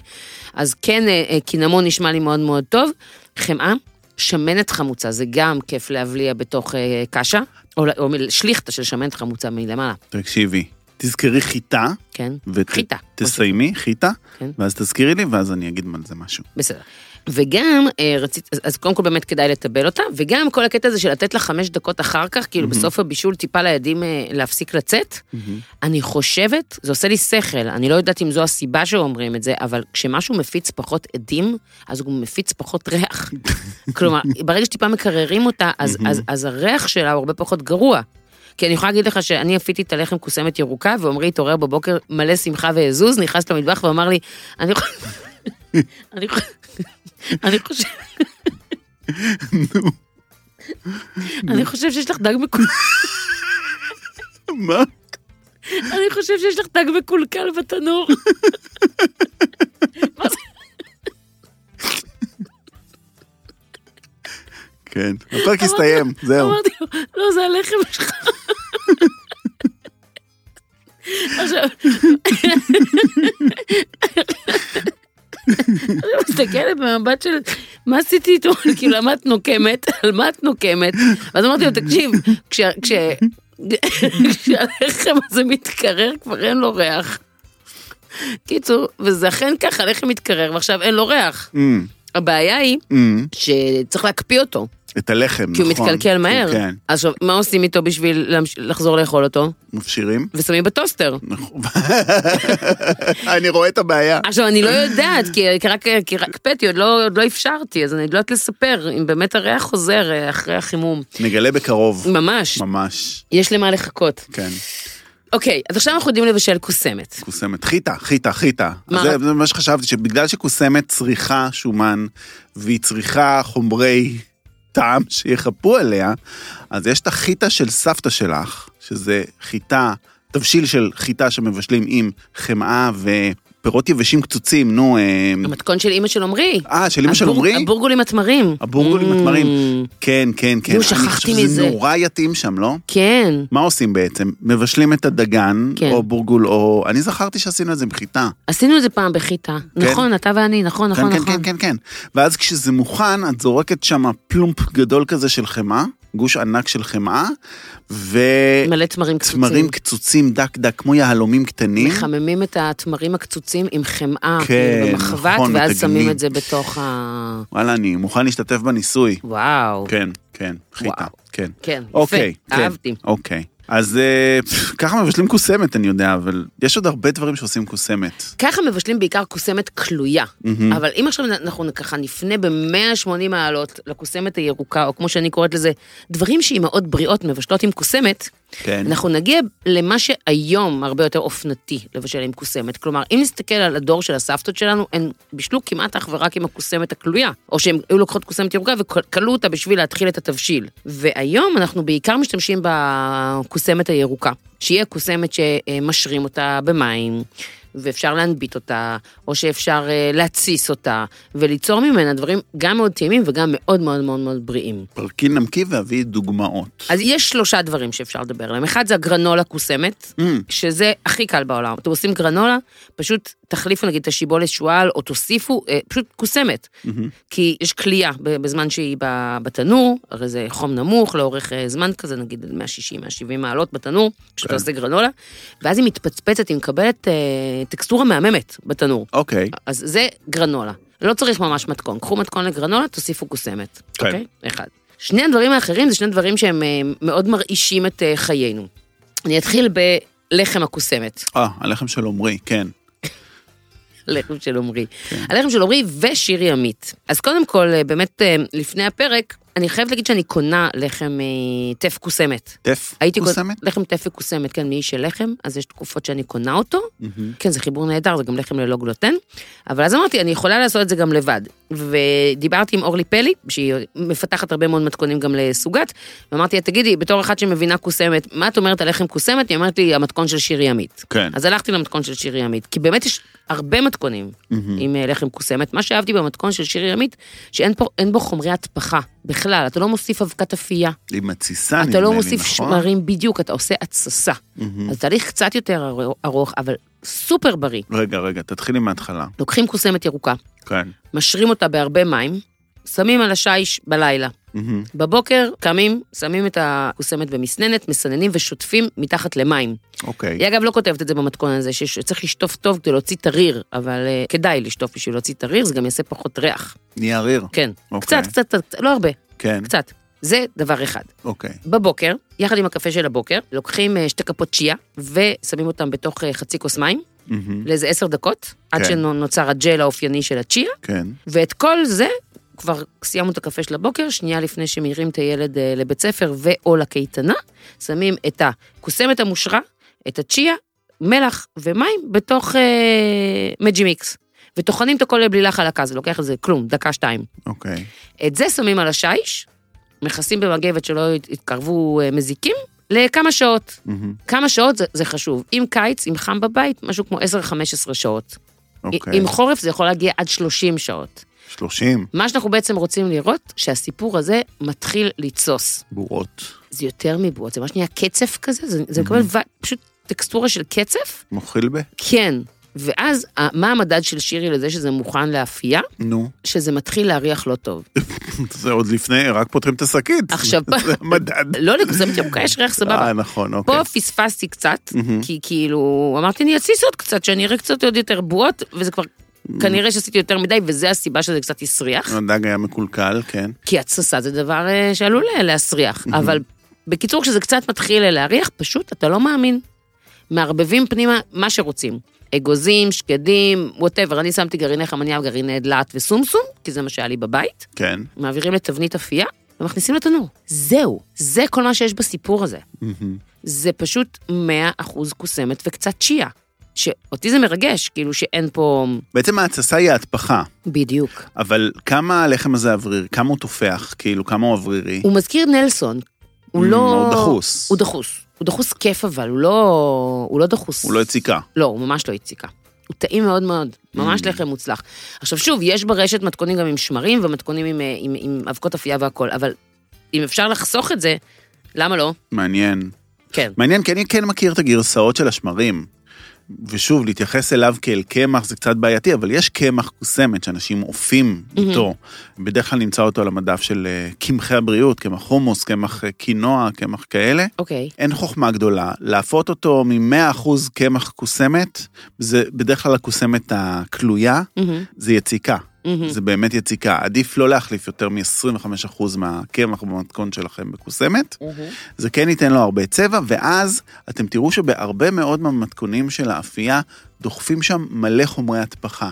S2: אז כן, אה, אה, קינמון נשמע לי מאוד מאוד טוב. חמאה, שמנת חמוצה, זה גם כיף להבליע בתוך אה, קשה, או, ל- או מ- שליכטה של שמנת חמוצה מלמעלה,
S1: תקשיבי, תזכרי חיטה.
S2: כן?
S1: ות-
S2: חיטה.
S1: תסיימי, חיטה,
S2: כן.
S1: ואז תזכירי לי, ואז אני אגיד על זה משהו.
S2: בסדר. וגם אה, רצית, אז, אז קודם כל באמת כדאי לטבל אותה, וגם כל הקטע הזה של לתת לה חמש דקות אחר כך, כאילו mm-hmm. בסוף הבישול טיפה לידים אה, להפסיק לצאת, mm-hmm. אני חושבת, זה עושה לי שכל, אני לא יודעת אם זו הסיבה שאומרים את זה, אבל כשמשהו מפיץ פחות עדים, אז הוא מפיץ פחות ריח. כלומר, ברגע שטיפה מקררים אותה, אז, mm-hmm. אז, אז הריח שלה הוא הרבה פחות גרוע. כי אני יכולה להגיד לך שאני אפיתי את הלחם קוסמת ירוקה, ועמרי התעורר בבוקר מלא שמחה ועזוז, נכנס למטבח ואמר לי, אני חו- אני חו- אני חושב... אני חושב שיש לך דג מקולקל,
S1: מה?
S2: אני חושב שיש לך דג מקולקל בתנור.
S1: כן. הפרק הסתיים, זהו.
S2: אמרתי לו, לא, זה הלחם שלך. עכשיו, אני מסתכלת במבט של, מה עשיתי איתו? כאילו, למה את נוקמת? על מה את נוקמת? ואז אמרתי לו, תקשיב, כש... כש... כשהלחם הזה מתקרר, כבר אין לו ריח. קיצור, וזה אכן ככה, הלחם מתקרר, ועכשיו אין לו ריח.
S1: אמ,
S2: הבעיה היא
S1: אמ,
S2: שצריך להקפיא אותו.
S1: את הלחם, נכון.
S2: כי הוא מתקלקל מהר.
S1: כן,
S2: עכשיו, מה עושים איתו בשביל להמש- לחזור לאכול אותו?
S1: מפשירים.
S2: ושמים בטוסטר.
S1: נכון. אני רואה את הבעיה.
S2: עכשיו, אני לא יודעת, כי- כי רק- כי רק פטי, עוד לא עוד לא אפשרתי, אז אני לא יודעת לספר אם באמת הריח חוזר אה, אחרי החימום.
S1: נגלה בקרוב.
S2: ממש,
S1: ממש.
S2: יש למה לחכות.
S1: כן.
S2: אוקיי, אז עכשיו אנחנו יודעים לבשל קוסמת.
S1: קוסמת. חיטה, חיטה, חיטה.
S2: מה?
S1: זה, זה מה שחשבתי, שבגלל שקוסמת צריכה שומן, והיא צריכה חומרי טעם שיחפו עליה, אז יש את החיטה של סבתא שלך, שזה חיטה, תבשיל של חיטה שמבשלים עם חמאה ופירות יבשים קצוצים, נו, אה,
S2: המתכון של אימא של עמרי.
S1: אה, של אמא של
S2: הבור-
S1: עמרי?
S2: הבורגולים התמרים.
S1: הבורגולים התמרים.
S2: Mm,
S1: כן, כן, כן.
S2: יו,
S1: אני
S2: שכחתי
S1: חושב שזה
S2: מזה.
S1: נורא יתאים שם, לא?
S2: כן.
S1: מה עושים בעצם? מבשלים את הדגן,
S2: כן.
S1: או בורגול, או... אני זכרתי שעשינו את זה עם חיטה.
S2: עשינו את זה פעם בחיטה. נכון, אתה ואני, נכון, נכון,
S1: כן,
S2: נכון.
S1: כן, כן, כן, כן. ואז כשזה מוכן, את זורקת שם פלומפ גדול כזה של חמאה, גוש ענק של חמאה, ותמרים
S2: מלא תמרים קצוצים.
S1: קצוצים דק דק, כמו יהלומים קטנים.
S2: מחממים את התמרים הקצוצים עם חמאה,
S1: כן,
S2: כן, במחבת,
S1: נכון,
S2: ואז
S1: מתגנים.
S2: שמים את זה בתוך ה...
S1: וואלה, אני מוכן להשתתף בניסוי.
S2: וואו. כן,
S1: כן, כן, חיטה,
S2: וואו.
S1: כן.
S2: יפה,
S1: אוקיי, כן,
S2: אהבתי.
S1: אוקיי. אז אה, פפ, ככה מבשלים קוסמת, אני יודע, אבל יש עוד הרבה דברים שעושים קוסמת.
S2: ככה מבשלים בעיקר קוסמת כלויה, אבל אם עכשיו אנחנו ככה נפנה ב-180 מעלות לקוסמת הירוקה, או כמו שאני קוראת לזה, דברים שאימהות בריאות מבשלות עם קוסמת,
S1: כן.
S2: אנחנו נגיע למה שהיום הרבה יותר אופנתי לבשל עם קוסמת. כלומר, אם נסתכל על הדור של הסבתות שלנו, הן בישלו כמעט אך ורק עם הקוסמת הכלויה, או שהן היו לוקחות קוסמת ירוקה וכלו אותה בשביל להתחיל את התבשיל. והיום אנחנו בעיקר משתמשים בקוסמת הירוקה, שהיא הקוסמת שמשרים אותה במים. ואפשר להנביט אותה, או שאפשר אה, להתסיס אותה, וליצור ממנה דברים גם מאוד טעימים וגם מאוד מאוד מאוד מאוד בריאים.
S1: פרקי נמקי ואביא דוגמאות.
S2: אז יש שלושה דברים שאפשר לדבר עליהם. אחד זה הגרנולה קוסמת,
S1: Mm,
S2: שזה הכי קל בעולם. אתם עושים גרנולה, פשוט תחליפו נגיד את השיבולת שועל, או תוסיפו, אה, פשוט קוסמת.
S1: מהמם.
S2: כי יש כליאה ב- בזמן שהיא ב- בתנור, הרי זה חום נמוך לאורך אה, זמן כזה, נגיד 160-170 מעלות בתנור, כשאתה
S1: כן.
S2: עושה גרנולה, ואז היא מתפצפצת, היא מקבלת אה, טקסטורה מהממת בתנור.
S1: אוקיי,
S2: אז זה גרנולה. לא צריך ממש מתכון. קחו מתכון לגרנולה, תוסיפו קוסמת.
S1: כן.
S2: אוקיי? אחד. שני הדברים האחרים זה שני דברים שהם אה, מאוד מרעישים את אה, חיינו. אני אתחיל בלחם הקוסמת.
S1: אה, הלחם של עומרי, כן.
S2: הלחם של עמרי. הלחם של עמרי ושירי עמית. אז קודם כל, אה, באמת, אה, לפני הפרק, אני חייבת להגיד שאני קונה לחם אה, טף קוסמת.
S1: טף?
S2: הייתי קונה-
S1: קוסמת?
S2: לחם טף וקוסמת, כן, מאיש של לחם, אז יש תקופות שאני קונה אותו.
S1: מהמם.
S2: כן, זה חיבור נהדר, זה גם לחם ללא גלוטן. אבל אז אמרתי, אני יכולה לעשות את זה גם לבד. ודיברתי עם אורלי פלי, שהיא מפתחת הרבה מאוד מתכונים גם לסוגת, ואמרתי לה, תגידי, בתור אחת שמבינה קוסמת, מה את אומרת על לחם קוסמת? היא אומרת לי, המתכון של שירי עמית.
S1: כן.
S2: אז הלכתי למתכון של שירי עמית, כי באמת יש הרבה מתכונים
S1: מהמם.
S2: עם אה, לחם קוסמת. מה שאהבתי במתכון של שירי עמית, שאין פה- אין בו חומרי הטפחה בכלל. אתה לא מוסיף אבקת אפייה,
S1: היא מתסיסה,
S2: אתה
S1: נדמה
S2: לא
S1: לי,
S2: מוסיף
S1: נכון?
S2: שמרים בדיוק, אתה עושה התססה.
S1: מהמם.
S2: אז תהליך קצת יותר ארו- ארוך, אבל סופר בריא.
S1: רגע, רגע, תתחילי מההתחלה.
S2: לוקחים קוסמת ירוקה,
S1: כן.
S2: משרים אותה בהרבה מים, שמים על השיש בלילה.
S1: מהמם.
S2: בבוקר קמים, שמים את הקוסמת במסננת, מסננים ושוטפים מתחת למים.
S1: אוקיי.
S2: היא אגב לא כותבת את זה במתכון הזה, שצריך לשטוף טוב כדי להוציא טריר, אבל uh, כדאי לשטוף בשביל להוציא טריר, זה גם יעשה פחות ריח.
S1: נהיה ריר.
S2: כן.
S1: אוקיי.
S2: קצת, קצת, קצת, לא הרבה,
S1: כן,
S2: קצת. זה דבר אחד.
S1: אוקיי.
S2: בבוקר, יחד עם הקפה של הבוקר, לוקחים אה, שתי כפות צ'יה ושמים אותם בתוך אה, חצי כוס מים
S1: מהמם.
S2: לאיזה עשר דקות, עד
S1: כן.
S2: שנוצר הג'ל האופייני של הצ'יה,
S1: כן.
S2: ואת כל זה, כבר סיימנו את הקפה של הבוקר, שנייה לפני שמעירים את הילד אה, לבית ספר ו/או לקייטנה, שמים את הקוסמת המושרה, את הצ'יה, מלח ומים בתוך אה, מג'י מיקס. וטוחנים את הכל לבלילה חלקה, זה לוקח איזה כלום, דקה-שתיים.
S1: אוקיי.
S2: את זה שמים על השיש, מכסים במגבת שלא ית- יתקרבו אה, מזיקים, לכמה שעות.
S1: מהמם.
S2: כמה שעות זה, זה חשוב. אם קיץ, אם חם בבית, משהו כמו 10-15 שעות.
S1: אוקיי.
S2: אם חורף זה יכול להגיע עד 30 שעות.
S1: 30
S2: מה שאנחנו בעצם רוצים לראות, שהסיפור הזה מתחיל לתסוס.
S1: בורות.
S2: זה יותר מבועות, זה ממש נהיה קצף כזה, זה, זה מקבל ו... פשוט טקסטורה של קצף?
S1: מוכיל ב?
S2: כן. ואז, ה- מה המדד של שירי לזה שזה מוכן לאפייה?
S1: נו.
S2: שזה מתחיל להריח לא טוב.
S1: זה עוד לפני, רק פותחים את השקית.
S2: עכשיו,
S1: זה המדד.
S2: לא לקוסמת ירוקה יש ריח סבבה.
S1: אה, נכון, אוקיי.
S2: פה פספסתי קצת,
S1: מהמם.
S2: כי כאילו, אמרתי, אני אתסיס עוד קצת, שאני אראה קצת עוד יותר בועות, וזה כבר, כנראה שעשיתי יותר מדי, וזה הסיבה שזה קצת הסריח.
S1: הדג היה מקולקל, כן.
S2: כי התססה זה דבר אה, שעלול אה, להסריח. אבל בקיצור, כשזה קצת מתחיל להריח, פשוט אתה לא מאמין. מערבבים פנימה מה שרוצים. אגוזים, שקדים, וואטאבר. אני שמתי גרעיני חמניה, גרעיני דלעת וסומסום, כי זה מה שהיה לי בבית.
S1: כן.
S2: מעבירים לתבנית אפייה ומכניסים לתנור. זהו, זה כל מה שיש בסיפור הזה.
S1: מהמם.
S2: זה פשוט 100% קוסמת וקצת צ'יה. שאותי זה מרגש, כאילו שאין פה...
S1: בעצם ההתססה היא ההטפחה,
S2: בדיוק.
S1: אבל כמה הלחם הזה אוורירי? כמה הוא תופח? כאילו, כמה הוא אוורירי?
S2: הוא מזכיר נלסון, הוא
S1: מ,
S2: לא...
S1: הוא דחוס.
S2: הוא דחוס. הוא דחוס כיף אבל, הוא לא... הוא לא דחוס.
S1: הוא לא הציקה.
S2: לא, הוא ממש לא הציקה. הוא טעים מאוד מאוד, ממש
S1: Mm.
S2: לחם מוצלח. עכשיו שוב, יש ברשת מתכונים גם עם שמרים ומתכונים עם, אה, עם, עם אבקות אפייה והכול, אבל אם אפשר לחסוך את זה, למה לא?
S1: מעניין.
S2: כן.
S1: מעניין, כי אני כן מכיר את הגרסאות של השמרים. ושוב, להתייחס אליו כאל קמח זה קצת בעייתי, אבל יש קמח קוסמת שאנשים עופים איתו. בדרך כלל נמצא אותו על המדף של אה, קמחי הבריאות, קמח חומוס, קמח אה, קינוע, קמח כאלה.
S2: אוקיי.
S1: אין חוכמה גדולה. להפות אותו מ-100% קמח קוסמת, זה בדרך כלל הקוסמת הכלויה,
S2: מהמם,
S1: זה יציקה.
S2: מהמם.
S1: זה באמת יציקה. עדיף לא להחליף יותר מ-25% מהקמח במתכון שלכם בקוסמת.
S2: מהמם.
S1: זה כן ייתן לו הרבה צבע, ואז אתם תראו שבהרבה מאוד מהמתכונים של האפייה, דוחפים שם מלא חומרי הטפחה.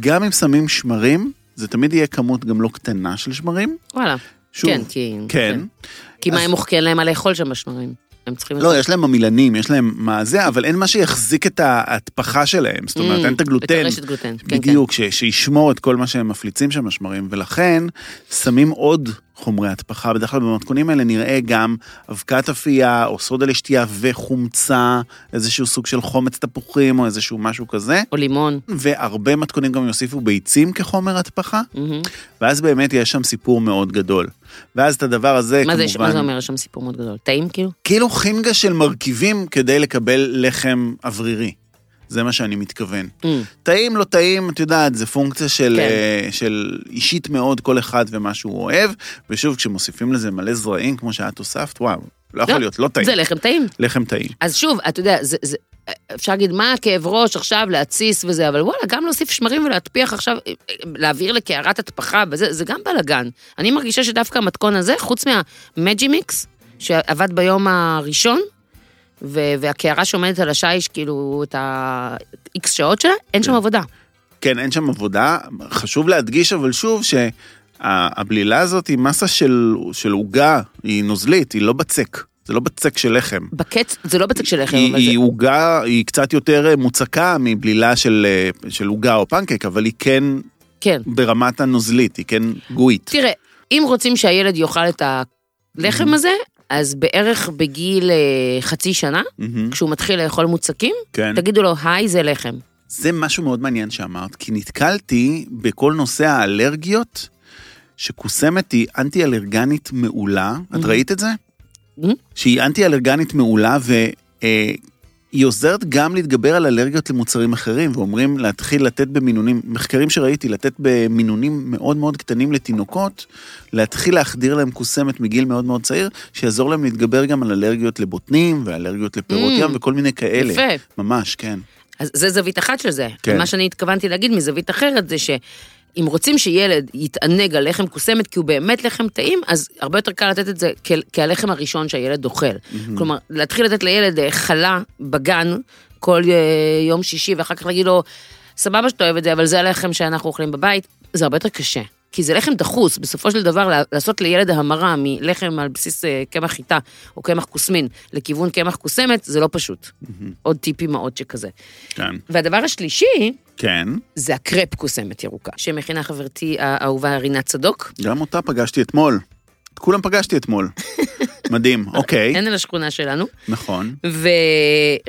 S1: גם אם שמים שמרים, זה תמיד יהיה כמות גם לא קטנה של שמרים.
S2: וואלה.
S1: שוב,
S2: כן, כי...
S1: כן.
S2: כי מה
S1: אז-
S2: הם מוחקים להם מה לאכול שם בשמרים? הם צריכים...
S1: לא, יש להם ממילנים, יש להם מה זה, אבל אין מה שיחזיק את ההטפחה שלהם. זאת אומרת, אין את הגלוטן.
S2: Mm. את הרשת גלוטן. כן, כן.
S1: בדיוק, ש- שישמור את כל מה שהם מפליצים שם השמרים, ולכן שמים עוד חומרי הדפחה. בדרך כלל במתכונים האלה נראה גם אבקת אפייה או סודה לשתייה וחומצה, איזשהו סוג של חומץ תפוחים או איזשהו משהו כזה,
S2: כן. או לימון.
S1: והרבה מתכונים גם יוסיפו ביצים כחומר הדפחה,
S2: מהמם.
S1: ואז באמת יש שם סיפור מאוד גדול. ואז את הדבר הזה,
S2: מה זה-
S1: אה, כמובן...
S2: מה זה אומר? יש שם סיפור מאוד גדול. טעים כאילו?
S1: כאילו חינגה של מרכיבים כדי לקבל לחם אוורירי. זה מה שאני מתכוון.
S2: אה.
S1: טעים, לא טעים, את יודעת, זה פונקציה של,
S2: כן.
S1: כן. של אישית מאוד כל אחד ומה שהוא אוהב, ושוב, כשמוסיפים לזה מלא זרעים, כמו שאת הוספת, וואו, לא יכול
S2: לא,
S1: להיות, לא טעים.
S2: זה לחם טעים.
S1: לחם טעים.
S2: אז שוב, אתה יודע, זה, זה, אפשר להגיד, מה הכאב ראש עכשיו להתסיס וזה, אבל וואלה, גם להוסיף שמרים ולהטפיח עכשיו, אה, להעביר לקערת הטפחה, וזה, זה גם בלאגן. אני מרגישה שדווקא המתכון הזה, חוץ מהמג'י מיקס, שעבד ביום הראשון, ו- והקערה שעומדת על השיש, כאילו, את ה-X שעות שלה, אין שם עבודה.
S1: כן, אין שם עבודה. חשוב להדגיש, אבל שוב, שהבלילה הזאת היא מסה של של עוגה, היא נוזלית, היא לא בצק. זה לא בצק של לחם.
S2: בקץ, זה לא בצק של לחם,
S1: היא
S2: אבל זה...
S1: היא עוגה, היא קצת יותר אה, מוצקה מבלילה של אה, של עוגה או פנקק, אבל היא כן
S2: כן.
S1: ברמת הנוזלית, היא כן גויית.
S2: תראה, אם רוצים שהילד יאכל את
S1: Mm.
S2: הלחם הזה, אז בערך בגיל אה, חצי שנה,
S1: מהמם,
S2: כשהוא מתחיל לאכול מוצקים,
S1: כן.
S2: תגידו לו, היי, זה לחם.
S1: זה משהו מאוד מעניין שאמרת, כי נתקלתי בכל נושא האלרגיות, שקוסמת היא אנטי-אלרגנית מעולה.
S2: Mm-hmm.
S1: את ראית את זה?
S2: Mhm.
S1: שהיא אנטי-אלרגנית מעולה, והיא עוזרת גם להתגבר על אלרגיות למוצרים אחרים, ואומרים להתחיל לתת במינונים, מחקרים שראיתי, לתת במינונים מאוד מאוד קטנים לתינוקות, להתחיל להחדיר להם קוסמת מגיל מאוד מאוד צעיר, שיעזור להם להתגבר גם על אלרגיות לבוטנים, ואלרגיות לפירות
S2: Mm.
S1: ים וכל מיני כאלה.
S2: יפה.
S1: ממש, כן.
S2: אז זה זווית אחת של זה.
S1: כן.
S2: מה שאני התכוונתי להגיד מזווית אחרת זה ש... אם רוצים שילד יתענג על לחם קוסמת כי הוא באמת לחם טעים, אז הרבה יותר קל לתת את זה כ- כהלחם הראשון שהילד אוכל. כלומר, להתחיל לתת לילד אה, חלה בגן כל אה, יום שישי, ואחר כך להגיד לו, סבבה שאתה אוהב את זה, אבל זה הלחם שאנחנו אוכלים בבית, זה הרבה יותר קשה. כי זה לחם דחוס, בסופו של דבר לה- לעשות לילד המרה מלחם על בסיס אה, קמח חיטה או קמח כוסמין לכיוון קמח קוסמת, זה לא פשוט. עוד טיפים מאוד שכזה.
S1: כן.
S2: והדבר השלישי,
S1: כן.
S2: זה הקרפ קוסמת ירוקה, שמכינה חברתי האהובה רינת צדוק.
S1: גם אותה פגשתי אתמול. את כולם פגשתי אתמול. מדהים, אוקיי,
S2: אין על השכונה שלנו.
S1: נכון.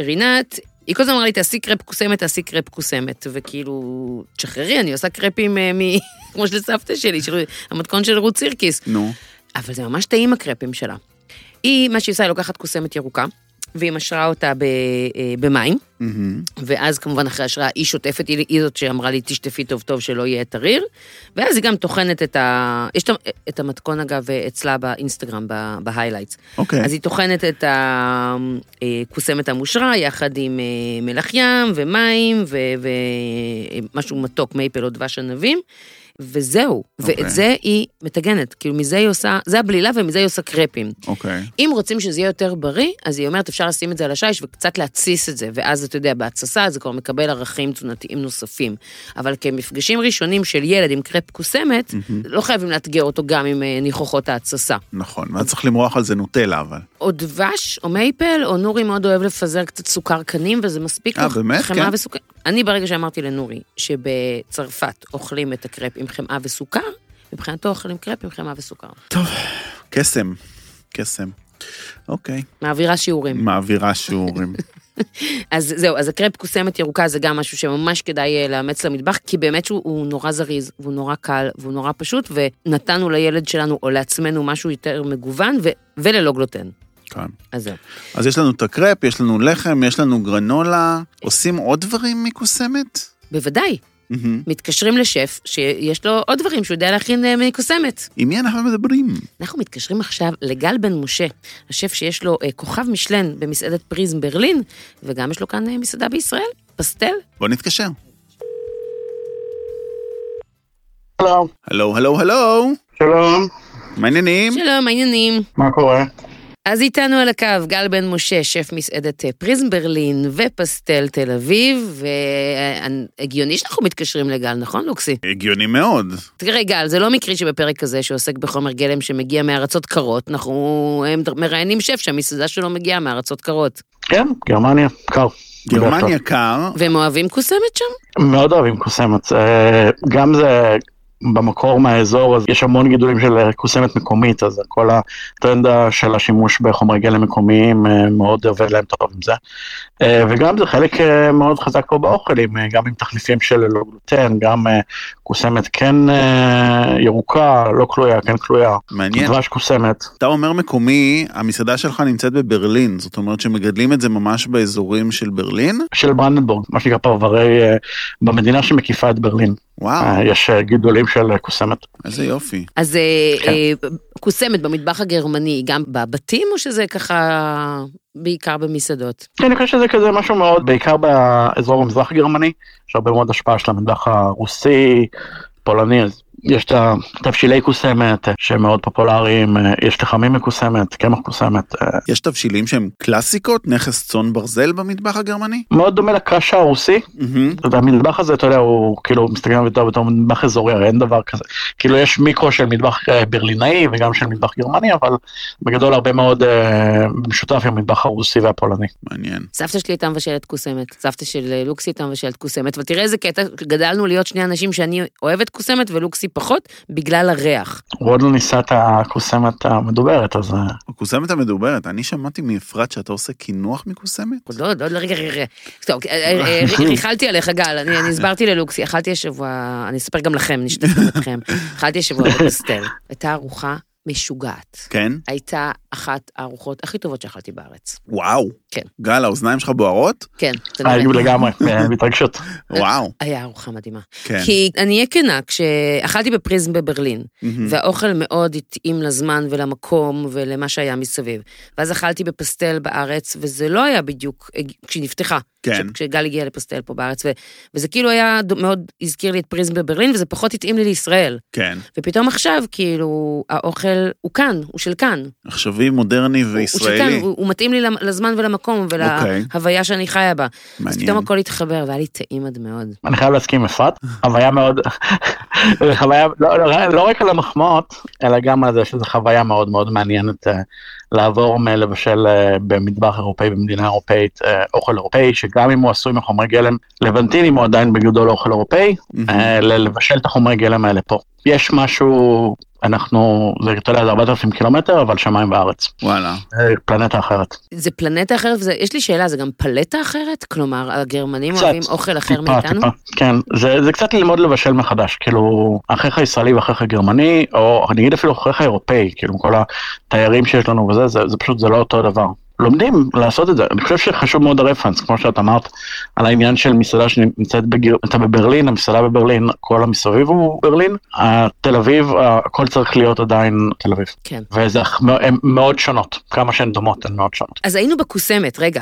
S2: ורינת, היא כל הזמן אמרה לי, תעשי קרפ קוסמת, תעשי קרפ קוסמת. וכאילו, תשחררי, אני עושה קרפים אה, מ... כמו של סבתא שלי, של המתכון של רות סירקיס.
S1: נו,
S2: אבל זה ממש טעים הקרפים שלה. היא, מה שהיא עושה, היא לוקחת קוסמת ירוקה, והיא משרה אותה ב... אה, במים.
S1: מהמם,
S2: ואז כמובן אחרי ההשראה היא שוטפת, היא היא זאת שאמרה לי, תשטפי טוב טוב שלא יהיה טריר, ואז היא גם טוחנת את ה... יש את ה- את המתכון אגב אצלה באינסטגרם, ב- בהיילייטס.
S1: אוקיי.
S2: אז היא טוחנת את הכוסמת המושרה יחד עם אה, מלח ים ומים ומשהו מתוק, מייפל או דבש ענבים, וזהו.
S1: אוקיי.
S2: ואת זה היא מטגנת, כאילו מזה היא עושה, זה הבלילה ומזה היא עושה קרפים.
S1: אוקיי.
S2: אם רוצים שזה יהיה יותר בריא, אז היא אומרת, אפשר לשים את זה על השיש וקצת להתסיס את זה, ואז אתה יודע, בהתססה זה כבר מקבל ערכים תזונתיים נוספים. אבל כמפגשים ראשונים של ילד עם קרפ קוסמת, לא חייבים לאתגר אותו גם עם אה, ניחוחות ההתססה.
S1: נכון, ואז צריך למרוח על זה נוטלה, אבל.
S2: או דבש, או מייפל, או נורי מאוד אוהב לפזר קצת סוכר קנים, וזה מספיק
S1: אה,
S2: לך
S1: באמת?
S2: חמאה
S1: כן.
S2: וסוכר. אני ברגע שאמרתי לנורי שבצרפת אוכלים את הקרפ עם חמאה וסוכר, מבחינתו אוכלים קרפ עם חמאה וסוכר.
S1: קסם, קסם. אוקיי,
S2: מעבירה שיעורים.
S1: מעבירה שיעורים.
S2: אז זהו, אז הקרפ קוסמת ירוקה זה גם משהו שממש כדאי אה, לאמץ למטבח, כי באמת שהוא הוא נורא זריז, והוא נורא קל, והוא נורא פשוט, ונתנו לילד שלנו או לעצמנו משהו יותר מגוון ו- וללא גלוטן.
S1: כן.
S2: אז זהו.
S1: אז יש לנו את הקרפ, יש לנו לחם, יש לנו גרנולה. עושים עוד דברים מקוסמת?
S2: בוודאי,
S1: מהמם.
S2: מתקשרים לשף שיש לו עוד דברים שהוא יודע להכין אה, מקוסמת.
S1: עם מי אנחנו מדברים?
S2: אנחנו מתקשרים עכשיו לגל בן משה, השף שיש לו אה, כוכב משלן במסעדת פריזם ברלין, וגם יש לו כאן אה, מסעדה בישראל, פסטל.
S1: בואו נתקשר.
S3: שלום.
S1: הלו, הלו, הלו,
S3: שלום.
S1: מה העניינים?
S2: שלום, מה העניינים?
S3: מה קורה?
S2: אז איתנו על הקו גל בן משה, שף מסעדת אה, פריזם ברלין ופסטל תל אביב, והגיוני שאנחנו מתקשרים לגל, נכון, לוקסי?
S1: הגיוני מאוד.
S2: תראה, גל, זה לא מקרי שבפרק הזה שעוסק בחומר גלם שמגיע מארצות קרות, אנחנו הם מראיינים שף שהמסעדה שלו מגיעה מארצות קרות.
S3: כן, גרמניה, קר.
S1: גרמניה קר,
S2: והם אוהבים קוסמת שם?
S3: מאוד אוהבים קוסמת. אה, גם זה במקור מהאזור, אז יש המון גידולים של אה, קוסמת מקומית, אז כל הטרנד של השימוש בחומרי גלם מקומיים אה, מאוד עובד להם טוב עם זה. אה, וגם זה חלק אה, מאוד חזק פה באוכלים, אה, גם עם תחליפים של לא גלוטן, גם אה, קוסמת כן אה, ירוקה, לא כלויה, כן כלויה,
S1: מעניין.
S3: דבש קוסמת.
S1: אתה אומר מקומי, המסעדה שלך נמצאת בברלין, זאת אומרת שמגדלים את זה ממש באזורים של ברלין?
S3: של ברנדנבורג, מה שנקרא פרברי, אה, במדינה שמקיפה את ברלין,
S1: וואו,
S3: אה, יש אה, גידולים של אה, קוסמת.
S1: איזה יופי.
S2: אז אה, אה, קוסמת במטבח הגרמני, היא גם בבתים או שזה ככה בעיקר במסעדות?
S3: כן, אני חושב שזה כזה משהו מאוד, בעיקר באזור המזרח הגרמני, יש הרבה מאוד השפעה של המטבח הרוסי, פולני, אז יש את התבשילי קוסמת אה, שהם מאוד פופולריים, אה, יש לחמים מקוסמת, קמח קוסמת, אה,
S1: יש תבשילים שהם קלאסיקות, נכס צאן ברזל במטבח הגרמני?
S3: מאוד דומה לקש הרוסי,
S1: מהמם.
S3: והמטבח הזה, אתה יודע, הוא כאילו מסתכל על זה בתור מטבח אזורי, הרי אין דבר כזה. כאילו יש מיקרו של מטבח אה, ברלינאי וגם של מטבח גרמני, אבל בגדול הרבה מאוד אה, משותף עם המטבח הרוסי והפולני.
S1: מעניין.
S2: סבתא שלי הייתה מבשלת קוסמת, סבתא של אה, לוקסי הייתה מבשלת קוסמת, ותראה איזה קטע, גדלנו להיות שני אנשים שאני אוהבת קוסמת ולוקסי פחות, בגלל הריח.
S3: הוא עוד לא ניסה את הקוסמת המדוברת, אז אה,
S1: הקוסמת המדוברת, אני שמעתי מאפרת שאתה עושה קינוח מקוסמת?
S2: עוד לא, עוד לא, רגע, רגע, רגע. טוב, אה, אה, אה, ריחלתי עליך, גל, אני אני הסברתי ללוקסי, אכלתי השבוע, אני אספר גם לכם, נשתף גם אתכם. אכלתי השבוע בקוסטל. הייתה ארוחה משוגעת.
S1: כן?
S2: הייתה אחת הארוחות הכי טובות שאכלתי בארץ.
S1: וואו.
S2: כן.
S1: גל, האוזניים שלך בוערות?
S2: כן, זה
S3: אה,
S2: נראה.
S3: לגמרי, אה, בהתרגשות.
S1: וואו.
S2: היה ארוחה מדהימה.
S1: כן.
S2: כי אני אהיה כנה, כשאכלתי בפריזם בברלין,
S1: מהמם.
S2: והאוכל מאוד התאים לזמן ולמקום ולמה שהיה מסביב. ואז אכלתי בפסטל בארץ, וזה לא היה בדיוק, אה, כשהיא נפתחה.
S1: כן.
S2: כש- כשגל הגיע לפסטל פה בארץ, ו, וזה כאילו היה ד- מאוד, הזכיר לי את פריזם בברלין, וזה פחות התאים לי לישראל.
S1: כן.
S2: ופתאום עכשיו, כאילו, האוכל הוא כאן, הוא של כאן.
S1: עכשווי, מודרני
S2: הוא של כאן,
S1: וישראלי.
S2: הוא, הוא מתאים לי למ- לזמן ולמקום ולהוויה שאני חיה בה. אז
S1: אוקיי. מעניין.
S2: פתאום הכל התחבר, והיה לי טעים עד מאוד.
S3: אני חייב להסכים עם אפרת, חוויה מאוד, חוויה, לא, לא, לא רק על המחמאות, אלא גם על זה שזו חוויה מאוד מאוד מעניינת uh, לעבור מלבשל uh, במטבח אירופאי, במדינה אירופאית, uh, אוכל אירופאי, שגם אם הוא עשוי מחומרי גלם לבנטינים, הוא עדיין בגדול אוכל אירופאי,
S1: מהמם.
S3: אה, ל- לבשל את החומרי גלם האלה פה. יש משהו, אנחנו, זה, אתה יודע, זה 4,000 קילומטר, אבל שמיים וארץ,
S1: וואלה.
S3: אה, פלנטה אחרת.
S2: זה פלנטה אחרת, וזה, יש לי שאלה, זה גם פלטה אחרת? כלומר, הגרמנים
S3: קצת,
S2: אוהבים אוכל אחר
S3: טיפה,
S2: מאיתנו?
S3: טיפה. כן, זה, זה קצת ללמוד לבשל מחדש, כאילו, אחיך הישראלי ואחיך הגרמני, או אני אגיד אפילו אחיך האירופאי, כאילו, כל התיירים שיש לנו וזה, זה, זה פשוט, זה לא אותו דבר. לומדים לעשות את זה, אני חושב שחשוב מאוד הרפרנס, כמו שאת אמרת, על העניין של מסעדה שנמצאת בגר... אתה בברלין, המסעדה בברלין, כל המסביב הוא ברלין, אה, תל אביב, אה, הכל צריך להיות עדיין תל אביב.
S2: כן.
S3: וזה אך- הן מאוד שונות, כמה שהן דומות, הן מאוד שונות.
S2: אז היינו בקוסמת, רגע,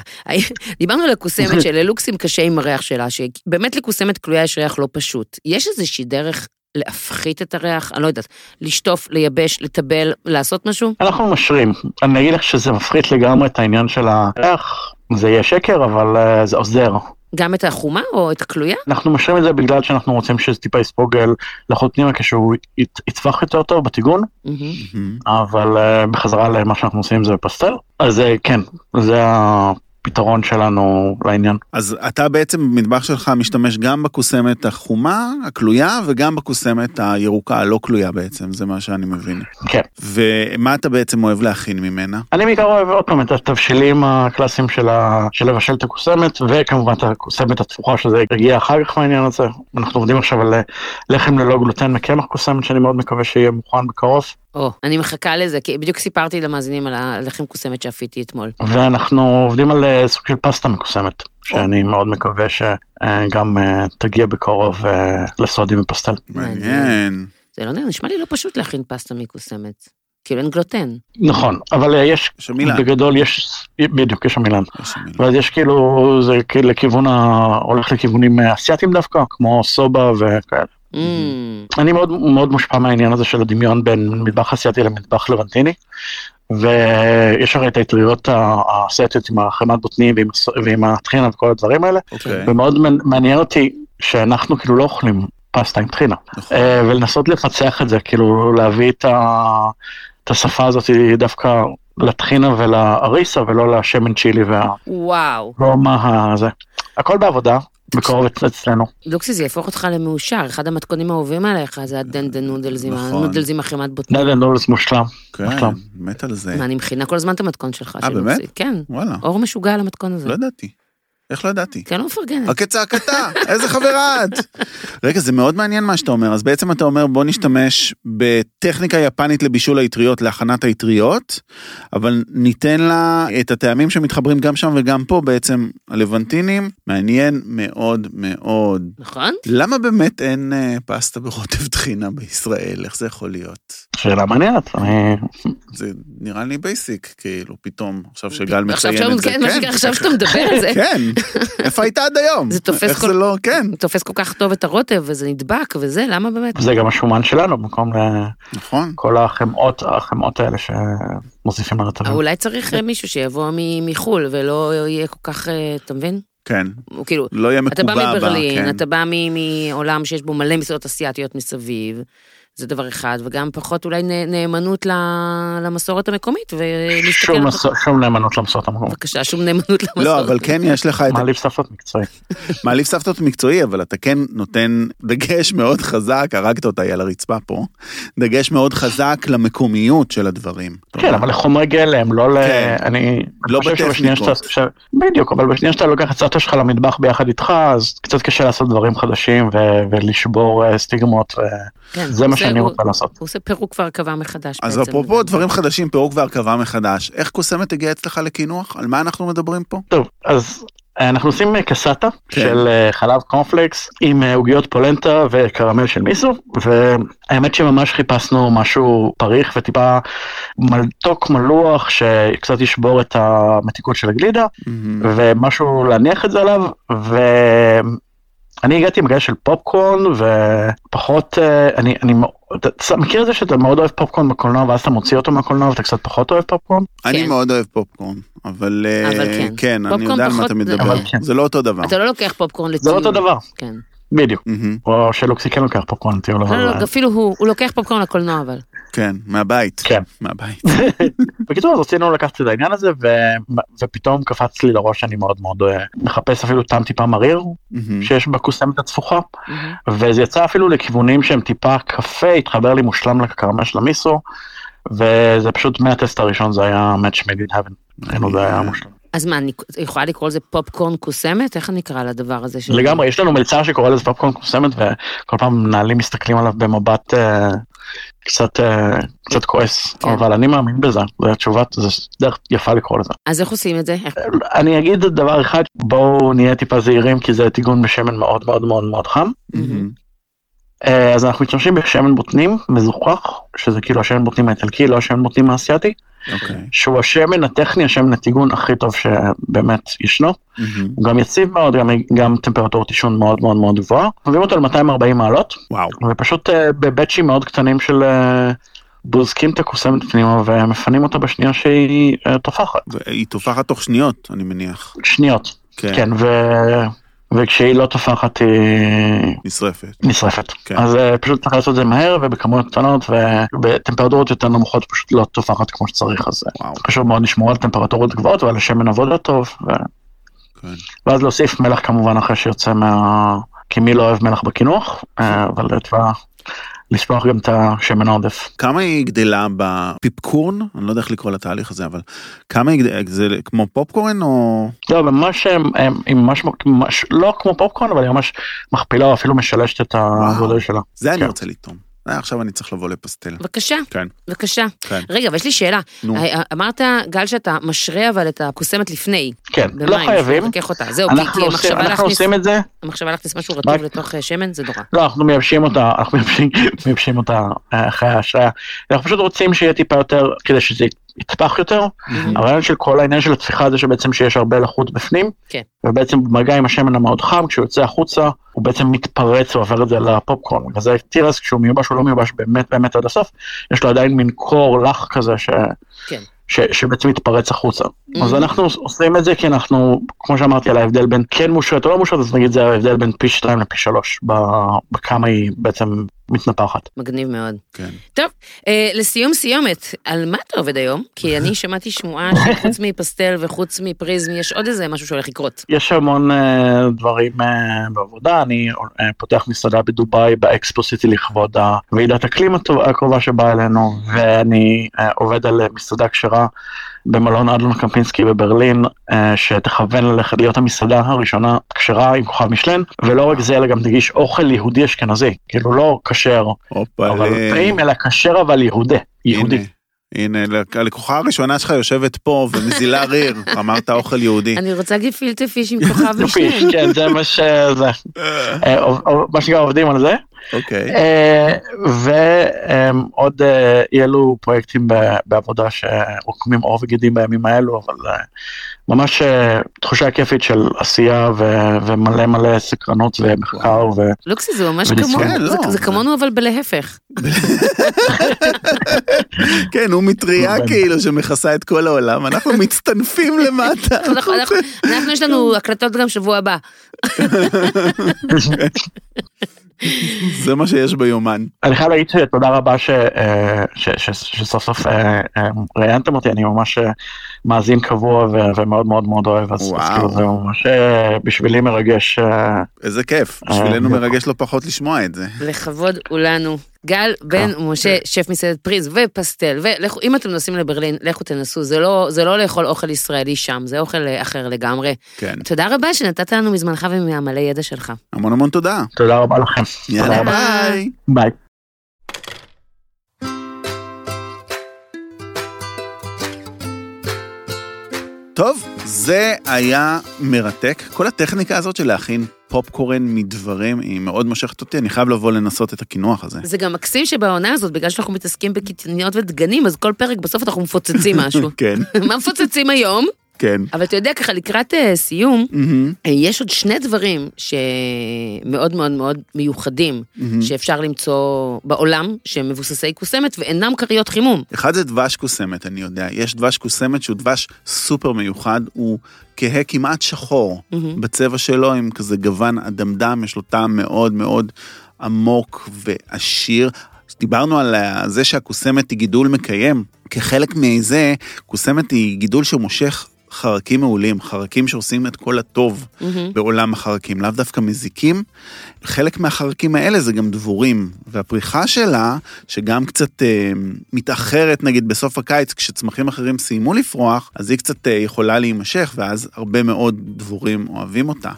S2: דיברנו על הקוסמת שללוקסים קשה עם הריח שלה, שבאמת לקוסמת כלויה יש ריח לא פשוט. יש איזושהי דרך להפחית את הריח? אני לא יודעת, לשטוף, לייבש, לטבל, לעשות משהו?
S3: אנחנו משרים, אני אגיד לך שזה מפחית לגמרי את העניין של הריח, זה יהיה שקר אבל אה, זה עוזר.
S2: גם את החומה או את הכלויה?
S3: אנחנו משרים את זה בגלל שאנחנו רוצים שזה טיפה יספוג אה, לחוט פנימה כשהוא ית- יטפח יותר טוב בטיגון,
S2: מהמם.
S1: מהמם.
S3: אבל אה, בחזרה למה שאנחנו עושים זה בפסטל, אז אה, כן, זה הפתרון שלנו לעניין.
S1: אז אתה בעצם במטבח שלך משתמש גם בקוסמת החומה, הכלויה, וגם בקוסמת הירוקה הלא כלויה בעצם, זה מה שאני מבין.
S3: כן.
S1: ומה אתה בעצם אוהב להכין ממנה?
S3: אני בעיקר אוהב עוד פעם את התבשילים הקלאסיים של, ה... של לבשל את הקוסמת, וכמובן את הקוסמת התפוחה שזה יגיע אחר כך מהעניין הזה. אנחנו עובדים עכשיו על אה, לחם ללא גלוטן מקמח קוסמת, שאני מאוד מקווה שיהיה מוכן בקרוב.
S2: או, אני מחכה לזה, כי בדיוק סיפרתי למאזינים על הלחם קוסמת שאפיתי אתמול.
S3: ואנחנו עובדים על אה, סוג של פסטה מקוסמת, שאני מאוד מקווה שגם אה, תגיע בקרוב אה, לסועדים ופסטל.
S2: מעניין.
S1: מעניין.
S2: זה לא נראה, נשמע לי לא פשוט להכין פסטה מקוסמת. כאילו אין גלוטן.
S3: נכון, אבל אה, יש,
S1: יש שם מילה.
S3: בגדול יש, בדיוק, יש שם מילן.
S1: יש שם מילה.
S3: ואז יש כאילו, זה כאילו לכיוון, ה... הולך לכיוונים אה, אסייתיים דווקא, כמו סובה וכאלה.
S2: Mm.
S3: אני מאוד מאוד מושפע מהעניין הזה של הדמיון בין מטבח אסייתי למטבח לבנטיני. ויש הרי את האטריות ה- האסייתיות עם החמת בוטנים ועם, הס- ועם הטחינה וכל הדברים האלה,
S1: אוקיי.
S3: ומאוד מעניין- מעניין אותי שאנחנו כאילו לא אוכלים פסטה עם טחינה,
S1: נכון.
S3: אה, ולנסות לפצח את זה, כאילו להביא את, ה... את השפה הזאת דווקא לטחינה ולאריסה ולא לשמן צ'ילי
S2: וואו.
S3: והרומה הזה. הכל בעבודה, בקרוב אצלנו.
S2: לוקסי זה יהפוך אותך למאושר, אחד המתכונים האהובים עליך זה הדנדן נודלס עם
S1: נכון.
S2: הנודלס עם החמת בוטנים.
S3: נדן נולס מושלם.
S1: כן,
S3: מושלם.
S1: מת על זה.
S2: מה, אני מכינה כל הזמן את המתכון שלך.
S1: אה,
S2: של
S1: באמת?
S2: לוקסי. כן.
S1: וואלה,
S2: אור משוגע על המתכון הזה.
S1: לא ידעתי. איך לא ידעתי?
S2: כן, לא מפרגנת.
S1: כצעקתה, איזה חברה את. רגע, זה מאוד מעניין מה שאתה אומר. אז בעצם אתה אומר, בוא נשתמש בטכניקה יפנית לבישול האטריות, להכנת האטריות, אבל ניתן לה את הטעמים שמתחברים גם שם וגם פה, בעצם הלבנטינים. מעניין מאוד מאוד.
S2: נכון?
S1: למה באמת אין אה, פסטה ברוטב טחינה בישראל? איך זה יכול להיות?
S3: שאלה מעניינת. אני...
S1: זה נראה לי בייסיק, כאילו, פתאום, עכשיו שגל
S2: עכשיו
S1: מציין
S2: שאתה-
S1: את זה.
S2: כן, מה שנקרא, עכשיו שאתה מדבר על זה.
S1: כן, איפה היית עד היום?
S2: זה תופס
S1: איך
S2: כל-
S1: זה לא, כן,
S2: תופס כל כך טוב את הרוטב וזה נדבק וזה, למה באמת?
S3: זה גם השומן שלנו במקום לכל
S1: נכון.
S3: החמאות החמאות האלה שמוסיפים על
S2: אה,
S3: הטבע.
S2: אולי צריך אה, מישהו שיבוא מ- מחו"ל ולא יהיה כל כך, אה, אתה מבין?
S1: כן,
S2: הוא כאילו,
S1: לא יהיה
S2: אתה
S1: מקובע
S2: בא
S1: בה,
S2: מברלין,
S1: כן.
S2: אתה בא מ- מעולם שיש בו מלא מסעדות אסיאתיות מסביב, זה דבר אחד, וגם פחות אולי נה- נאמנות ל- למסורת המקומית, ולהסתכל...
S3: שום
S2: אה, על-
S3: מסו- שום נאמנות לא למסורת המקום.
S2: בבקשה, שום נאמנות למסורת.
S1: לא, אבל כן יש לך את
S3: מעליב ספות מקצועי.
S1: מעליב סבתות מקצועי, אבל אתה כן נותן דגש מאוד חזק, הרגת אותה, היא על הרצפה פה, דגש מאוד חזק למקומיות של הדברים.
S3: כן אבל לחומרי גלם לא ל...
S1: כן.
S3: אני
S1: לא
S3: אני חושב שבשנייה
S1: בטכניקות.
S3: שאתה- ש- בדיוק אבל בשנייה שאתה לוקח את סבתא שלך למטבח ביחד איתך אז קצת קשה לעשות דברים חדשים ו- ולשבור אה, סטיגמות ו-
S2: כן,
S3: זה
S2: הוא
S3: מה
S2: עושה-
S3: שאני
S2: הוא-
S3: רוצה לעשות.
S2: הוא עושה פירוק והרכבה מחדש
S1: אז
S2: בעצם.
S1: אפרופו דברים חדשים, פירוק והרכבה מחדש, איך קוסמת הגיעה אצלך לקינוח? על מה אנחנו מדברים פה?
S3: טוב אז אה, אנחנו עושים אה, קסטה
S1: כן.
S3: של אה, חלב קורנפלקס עם אה, עוגיות פולנטה וקרמל של מיסו והאמת שממש חיפשנו משהו פריך וטיפה מתוק מלוח שקצת ישבור את המתיקות של הגלידה Mm-hmm. ומשהו להניח את זה עליו ואני הגעתי עם גל של פופקורן ופחות אה, אני אני מאוד- אתה- אתה מכיר את זה שאתה מאוד אוהב פופקורן בקולנוע ואז אתה מוציא אותו מהקולנוע ואתה קצת פחות אוהב פופקורן
S1: אני
S2: כן.
S1: מאוד אוהב פופקורן, אבל אה,
S2: אבל כן.
S1: כן, אני
S2: פופקורן
S1: יודע על מה
S2: פחות-
S1: אתה מדבר,
S2: אבל
S3: כן.
S1: זה לא אותו דבר. Mm-hmm.
S2: אתה לא לוקח פופקורן
S3: זה
S2: לטיול.
S3: לא אותו דבר
S2: כן.
S3: בדיוק
S1: מהמם,
S3: או שלוקסי כן לוקח פופקורן טיול
S2: לא,
S3: אבל
S2: לא, אפילו הוא, הוא לוקח פופקורן לקולנוע אבל.
S1: כן, מהבית,
S3: כן.
S1: מהבית.
S3: בקיצור אז רצינו לקחת את העניין הזה ו- ופתאום קפץ לי לראש שאני מאוד מאוד אה, מחפש אפילו טעם טיפה מריר
S1: מהמם.
S3: שיש בקוסמת הצפוחה
S2: מהמם.
S3: וזה יצא אפילו לכיוונים שהם טיפה קפה, התחבר לי מושלם לקרמה של המיסו, וזה פשוט מהטסט הראשון זה היה match made in heaven. כאילו זה
S1: Mm-hmm.
S3: היה מושלם.
S2: אז מה, אני אני יכולה לקרוא לזה פופקורן קוסמת? איך אני אקרא לדבר הזה? של-
S3: לגמרי, יש לנו מלצר שקורא לזה פופקורן קוסמת, וכל פעם מנהלים מסתכלים עליו במבט אה, קצת אה, קצת כועס,
S2: כן.
S3: אבל אני מאמין בזה, זו התשובה, זו דרך יפה לקרוא לזה.
S2: אז איך עושים את זה? איך-
S3: אני אגיד דבר אחד, בואו נהיה טיפה זהירים, כי זה טיגון בשמן מאוד מאוד מאוד מאוד חם.
S1: מהמם.
S3: אה, אז אנחנו משתמשים בשמן בוטנים מזוכח, שזה כאילו השמן בוטנים האיטלקי, לא השמן בוטנים האסייתי,
S2: כן.
S1: אוקיי.
S3: שהוא השמן הטכני, השמן הטיגון הכי טוב שבאמת ישנו.
S1: מהמם.
S3: הוא גם יציב מאוד, גם, גם טמפרטורת עישון מאוד מאוד מאוד גבוהה. מביאים אותו ל-240 מעלות,
S1: וואו.
S3: ופשוט אה, בבאצ'ים מאוד קטנים של אה, בוזקים את הקוסמת פנימה ומפנים אותה בשנייה שהיא אה, תופחת.
S1: היא תופחת תוך שניות, אני מניח.
S3: שניות,
S1: כן.
S3: כן, ו... וכשהיא לא תופחת היא
S1: נשרפת.
S3: נשרפת.
S1: כן.
S3: אז אה, פשוט צריך לעשות את זה מהר ובכמויות קטנות ובטמפרטורות יותר נמוכות פשוט לא תופחת כמו שצריך אז אה,
S1: וואו.
S3: חשוב מאוד לשמור על טמפרטורות גבוהות ועל השמן עבודה טוב ו...
S1: כן.
S3: ואז להוסיף מלח כמובן אחרי שיוצא מה... כי מי לא אוהב מלח בקינוח אה, אבל לטבע לשפוך גם את השמן העודף.
S1: כמה היא גדלה בפיפקורן? אני לא יודע איך לקרוא לתהליך הזה, אבל כמה היא גדלה? זה כמו פופקורן או...
S3: לא, ממש הם, הם, היא ממש, ממש לא כמו פופקורן אבל היא ממש מכפילה או אפילו משלשת את הגודל שלה.
S1: זה אני
S3: כן.
S1: רוצה לטעום. אה, עכשיו אני צריך לבוא לפסטל.
S2: בבקשה,
S1: כן.
S2: בבקשה.
S1: כן.
S2: רגע, אבל יש לי שאלה.
S1: נו.
S2: ה- אמרת, גל, שאתה משרה אבל את הקוסמת לפני.
S3: כן, לא
S2: במים,
S3: חייבים.
S2: לוקח אותה. זהו, כי- אוקיי, כי
S3: אנחנו עושים,
S2: המחשבה
S3: אנחנו
S2: להכניס-
S3: עושים את זה
S2: המחשבה להכניס משהו
S3: רק-
S2: רטוב לתוך אה, שמן זה נורא.
S3: לא, אנחנו מייבשים אותה, אנחנו מייבשים, מייבשים אותה אה, אחרי האשליה. אנחנו פשוט רוצים שיהיה טיפה יותר, כדי שזה יטפח יותר.
S2: כן.
S3: הרעיון של כל העניין של הצפיחה זה שבעצם שיש הרבה לחות בפנים.
S2: כן.
S3: ובעצם במגע עם השמן המאוד חם, כשהוא יוצא החוצה, הוא בעצם מתפרץ ועובר את זה לפופקורן. וזה תירס, כשהוא מיובש הוא לא מיובש באמת באמת עד הסוף, יש לו עדיין מין קור לח כזה ש...
S2: כן.
S3: ש, שבעצם מתפרץ החוצה. אז
S2: Mhm.
S3: אנחנו עושים את זה כי אנחנו, כמו שאמרתי, על ההבדל בין כן מושרת או לא מושרת, אז נגיד זה ההבדל בין פי 2 לפי 3, בכמה היא בעצם מתנפחת.
S2: מגניב מאוד.
S1: כן.
S2: טוב, אה, לסיום סיומת, על מה אתה עובד היום? כי אני שמעתי שמועה שחוץ מפסטל וחוץ מפריזם יש עוד איזה משהו שהולך לקרות.
S3: יש המון אה, דברים אה, בעבודה, אני אה, פותח מסעדה בדובאי באקספו סיטי לכבוד ועידת אקלים הטוב- הקרובה שבאה אלינו, ואני אה, עובד על אה, מסעדה כשרה במלון אדלון קמפינסקי בברלין, אה, שתכוון ללכת להיות המסעדה הראשונה כשרה עם כוכב משלן, ולא רק זה, אלא גם תגיש אוכל יהודי אשכנזי, כאילו לא כשר,
S1: הופה,
S3: אבל
S1: ל-
S3: טעים, אלא כשר אבל יהודי, יהודי.
S1: אה, הנה, הנה, לק- הלקוחה הראשונה שלך יושבת פה ומזילה ריר, אמרת אוכל יהודי.
S2: אני רוצה להגיד פילטה פיש עם כוכב
S3: יופי,
S2: משנה.
S3: כן, זה מה ש... זה, אה, עוב- עוב- מה שנקרא עובדים על זה. אה, אמ,
S1: אוקיי.
S3: ועוד אי אלו אה, פרויקטים ב- בעבודה שעוקמים עור וגידים בימים האלו, אבל אה, ממש אה, תחושה כיפית של עשייה ו- ומלא מלא סקרנות ומחקר ו-
S2: לוקסי זה ממש
S3: אני
S2: כמונו,
S1: כן, לא,
S2: זה- זה
S1: זה-
S2: כמונו אבל בלהפך.
S1: כן, הוא מטריה
S3: כן.
S1: כאילו שמכסה את כל העולם, אנחנו מצטנפים למטה.
S2: אנחנו- אנחנו- אנחנו יש לנו הקלטות גם שבוע הבא.
S1: זה מה שיש ביומן.
S3: אני חייב להגיד שתודה רבה ש- אה, ש- ש- שסוף סוף אה, אה, ראיינתם אותי, אני ממש אה, מאזין קבוע ו- ומאוד מאוד מאוד אוהב, אז אז
S1: וואו.
S3: כאילו זה ממש אה, בשבילי מרגש. אה,
S1: איזה כיף, בשבילנו מרגש לא פחות לשמוע את זה.
S2: לכבוד הוא לנו. גל בן משה, שף מסעדת פריז ופסטל, ולכו, אם אתם נוסעים לברלין, לכו תנסו, זה לא, זה לא לאכול אוכל ישראלי שם, זה אוכל אה, אחר לגמרי.
S1: כן,
S2: תודה רבה שנתת לנו מזמנך ומהמלא ידע שלך.
S1: המון המון תודה.
S3: תודה רבה לכם. תודה
S1: יאללה,
S3: רבה.
S1: ביי.
S3: ביי.
S1: טוב, זה היה מרתק. כל הטכניקה הזאת של להכין פופקורן מדברים, היא מאוד מושכת אותי, אני חייב לבוא לנסות את הקינוח הזה.
S2: זה גם מקסים שבעונה הזאת, בגלל שאנחנו מתעסקים בקטניות ודגנים, אז כל פרק בסוף אנחנו מפוצצים משהו.
S1: כן,
S2: מה מפוצצים היום?
S1: כן.
S2: אבל אתה יודע, ככה לקראת אה, סיום,
S1: מהמם,
S2: אה, יש עוד שני דברים שמאוד מאוד מאוד מיוחדים,
S1: מהמם.
S2: שאפשר למצוא בעולם, שהם מבוססי קוסמת ואינם כריות חימום.
S1: אחד זה דבש קוסמת, אני יודע. יש דבש קוסמת שהוא דבש סופר מיוחד, הוא כהה כמעט שחור
S2: מהמם.
S1: בצבע שלו, עם כזה גוון אדמדם, יש לו טעם מאוד מאוד עמוק ועשיר. דיברנו על ה- זה שהקוסמת היא גידול מקיים. כחלק מזה, קוסמת היא גידול שמושך חרקים מעולים, חרקים שעושים את כל הטוב
S2: מהמם.
S1: בעולם החרקים, לאו דווקא מזיקים. חלק מהחרקים האלה זה גם דבורים, והפריחה שלה, שגם קצת אה, מתאחרת נגיד בסוף הקיץ, כשצמחים אחרים סיימו לפרוח, אז היא קצת אה, יכולה להימשך, ואז הרבה מאוד דבורים אוהבים אותה.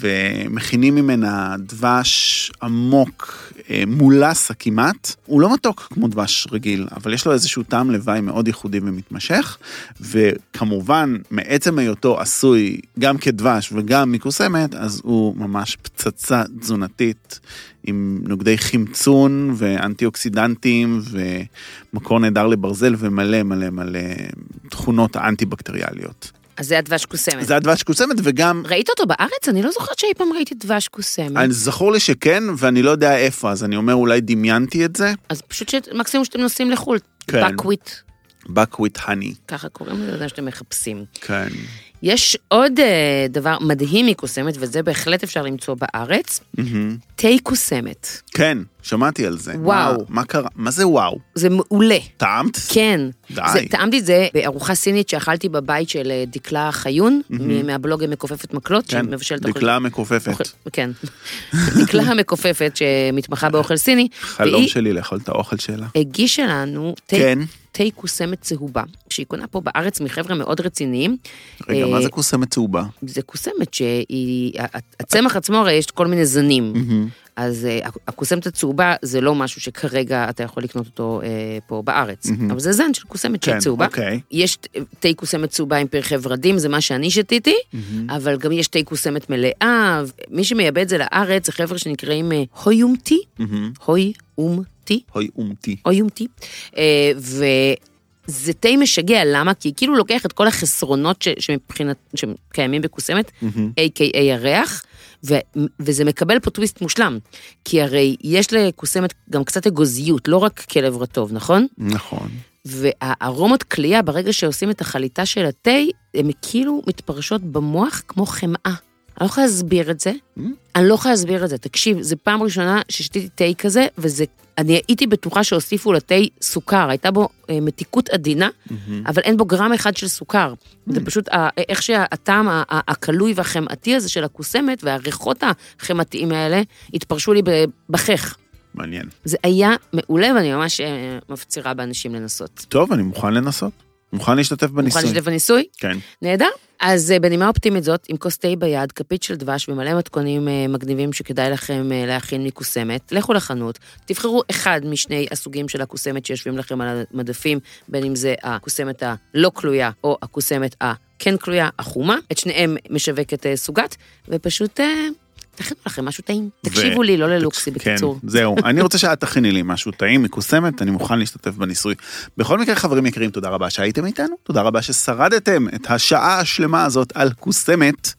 S1: ומכינים ממנה דבש עמוק, אה, מולסה כמעט. הוא לא מתוק כמו דבש רגיל, אבל יש לו איזשהו טעם לוואי מאוד ייחודי ומתמשך, וכמובן, מעצם היותו עשוי גם כדבש וגם מקוסמת, אז הוא ממש פצצה תזונתית, עם נוגדי חמצון ואנטי-אוקסידנטים, ומקור נהדר לברזל ומלא מלא מלא תכונות אנטי-בקטריאליות.
S2: אז זה הדבש קוסמת.
S1: זה הדבש קוסמת וגם
S2: ראית אותו בארץ? אני לא זוכרת שאי פעם ראיתי דבש קוסמת.
S1: אני זכור לי שכן, ואני לא יודע איפה, אז אני אומר אולי דמיינתי את זה.
S2: אז פשוט שמקסימום שאתם נוסעים לחו"ל,
S1: כן.
S2: בקוויט,
S1: Buckwheat honey.
S2: ככה קוראים לזה, זה שאתם מחפשים.
S1: כן.
S2: יש עוד אה, דבר מדהים מקוסמת, וזה בהחלט אפשר למצוא בארץ,
S1: מהמם.
S2: תה קוסמת.
S1: כן, שמעתי על זה.
S2: וואו.
S1: מה- מה קרה? מה זה וואו?
S2: זה מעולה.
S1: טעמת?
S2: כן.
S1: די.
S2: זה, טעמתי את זה בארוחה סינית שאכלתי בבית של אה, דקלה חיון, מ- מהבלוג מכופפת מקלות,
S1: כן,
S2: שמבשלת אוכל-
S1: דקלה מכופפת.
S2: אוכל- כן. דקלה המכופפת שמתמחה באוכל סיני,
S1: חלום
S2: והיא
S1: שלי לאכול את האוכל שלה.
S2: הגישה לנו תה-
S1: כן.
S2: תה קוסמת צהובה, שהיא קונה פה בארץ מחבר'ה מאוד רציניים.
S1: כן, רגע,
S2: אה,
S1: מה זה קוסמת צהובה?
S2: זה קוסמת שהיא, ה- הצמח עצמו הרי יש כל מיני זנים.
S1: מהמם.
S2: אז אה, הקוסמת הצהובה זה לא משהו שכרגע אתה יכול לקנות אותו אה, פה בארץ,
S1: מהמם.
S2: אבל זה זן של קוסמת שהיא
S1: Mm-hmm. כן,
S2: צהובה.
S1: אוקיי.
S2: יש תה קוסמת צהובה עם פרחי ורדים, זה מה שאני שתיתי,
S1: מהמם.
S2: אבל גם יש תה קוסמת מלאה, מי שמייבא את זה לארץ זה חבר'ה שנקראים אה, הויומטי,
S1: מהמם.
S2: הויומטי,
S1: אוי אומתי.
S2: הויומטי, אה, וזה תה משגע, למה? כי כאילו לוקח את כל החסרונות ש- שמבחינת, שקיימים בקוסמת,
S1: מהמם.
S2: A.K.A. הריח, ו- וזה מקבל פה טוויסט מושלם. כי הרי יש לקוסמת גם קצת אגוזיות, לא רק כלב רטוב, נכון?
S1: נכון.
S2: והארומות כליאה, ברגע שעושים את החליטה של התה, הן כאילו מתפרשות במוח כמו חמאה. אני לא יכולה להסביר את זה. אני לא יכולה להסביר את זה. תקשיב, זו פעם ראשונה ששתיתי תה כזה, וזה... אני הייתי בטוחה שהוסיפו לתה סוכר, הייתה בו אה, מתיקות עדינה, אבל אין בו גרם אחד של סוכר. זה פשוט ה- איך שהטעם ה- ה- הכלוי והחמאתי הזה של הקוסמת, והריחות החמאתיים האלה התפרשו לי ב- בחך.
S1: מעניין.
S2: זה היה מעולה, ואני ממש אה, מפצירה באנשים לנסות.
S1: טוב, אני מוכן לנסות. מוכן להשתתף
S2: מוכן
S1: בניסוי.
S2: להשתתף בניסוי?
S1: כן.
S2: נהדר. אז אה, בנימה אופטימית זאת, עם כוס תה ביד, כפית של דבש ומלא מתכונים אה, מגניבים שכדאי לכם אה, להכין מקוסמת, לכו לחנות, תבחרו אחד משני הסוגים של הקוסמת שיושבים לכם על המדפים, בין אם זה הקוסמת הלא כלויה או הקוסמת הכן כלויה, החומה. את שניהם משווקת אה, סוגת, ופשוט אה, תכינו לכם משהו טעים. תקשיבו לי, לא ללוקסי, בקיצור.
S1: כן, זהו. אני רוצה שאת תכיני לי משהו טעים, מקוסמת, אני מוכן להשתתף בניסוי. בכל מקרה, חברים יקרים, תודה רבה שהייתם איתנו, תודה רבה ששרדתם את השעה השלמה הזאת על קוסמת.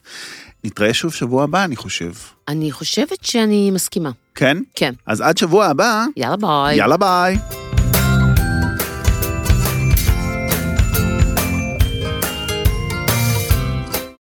S1: נתראה שוב שבוע הבא, אני חושב.
S2: אני חושבת שאני מסכימה.
S1: כן?
S2: כן.
S1: אז עד שבוע הבא,
S2: יאללה ביי.
S1: יאללה ביי.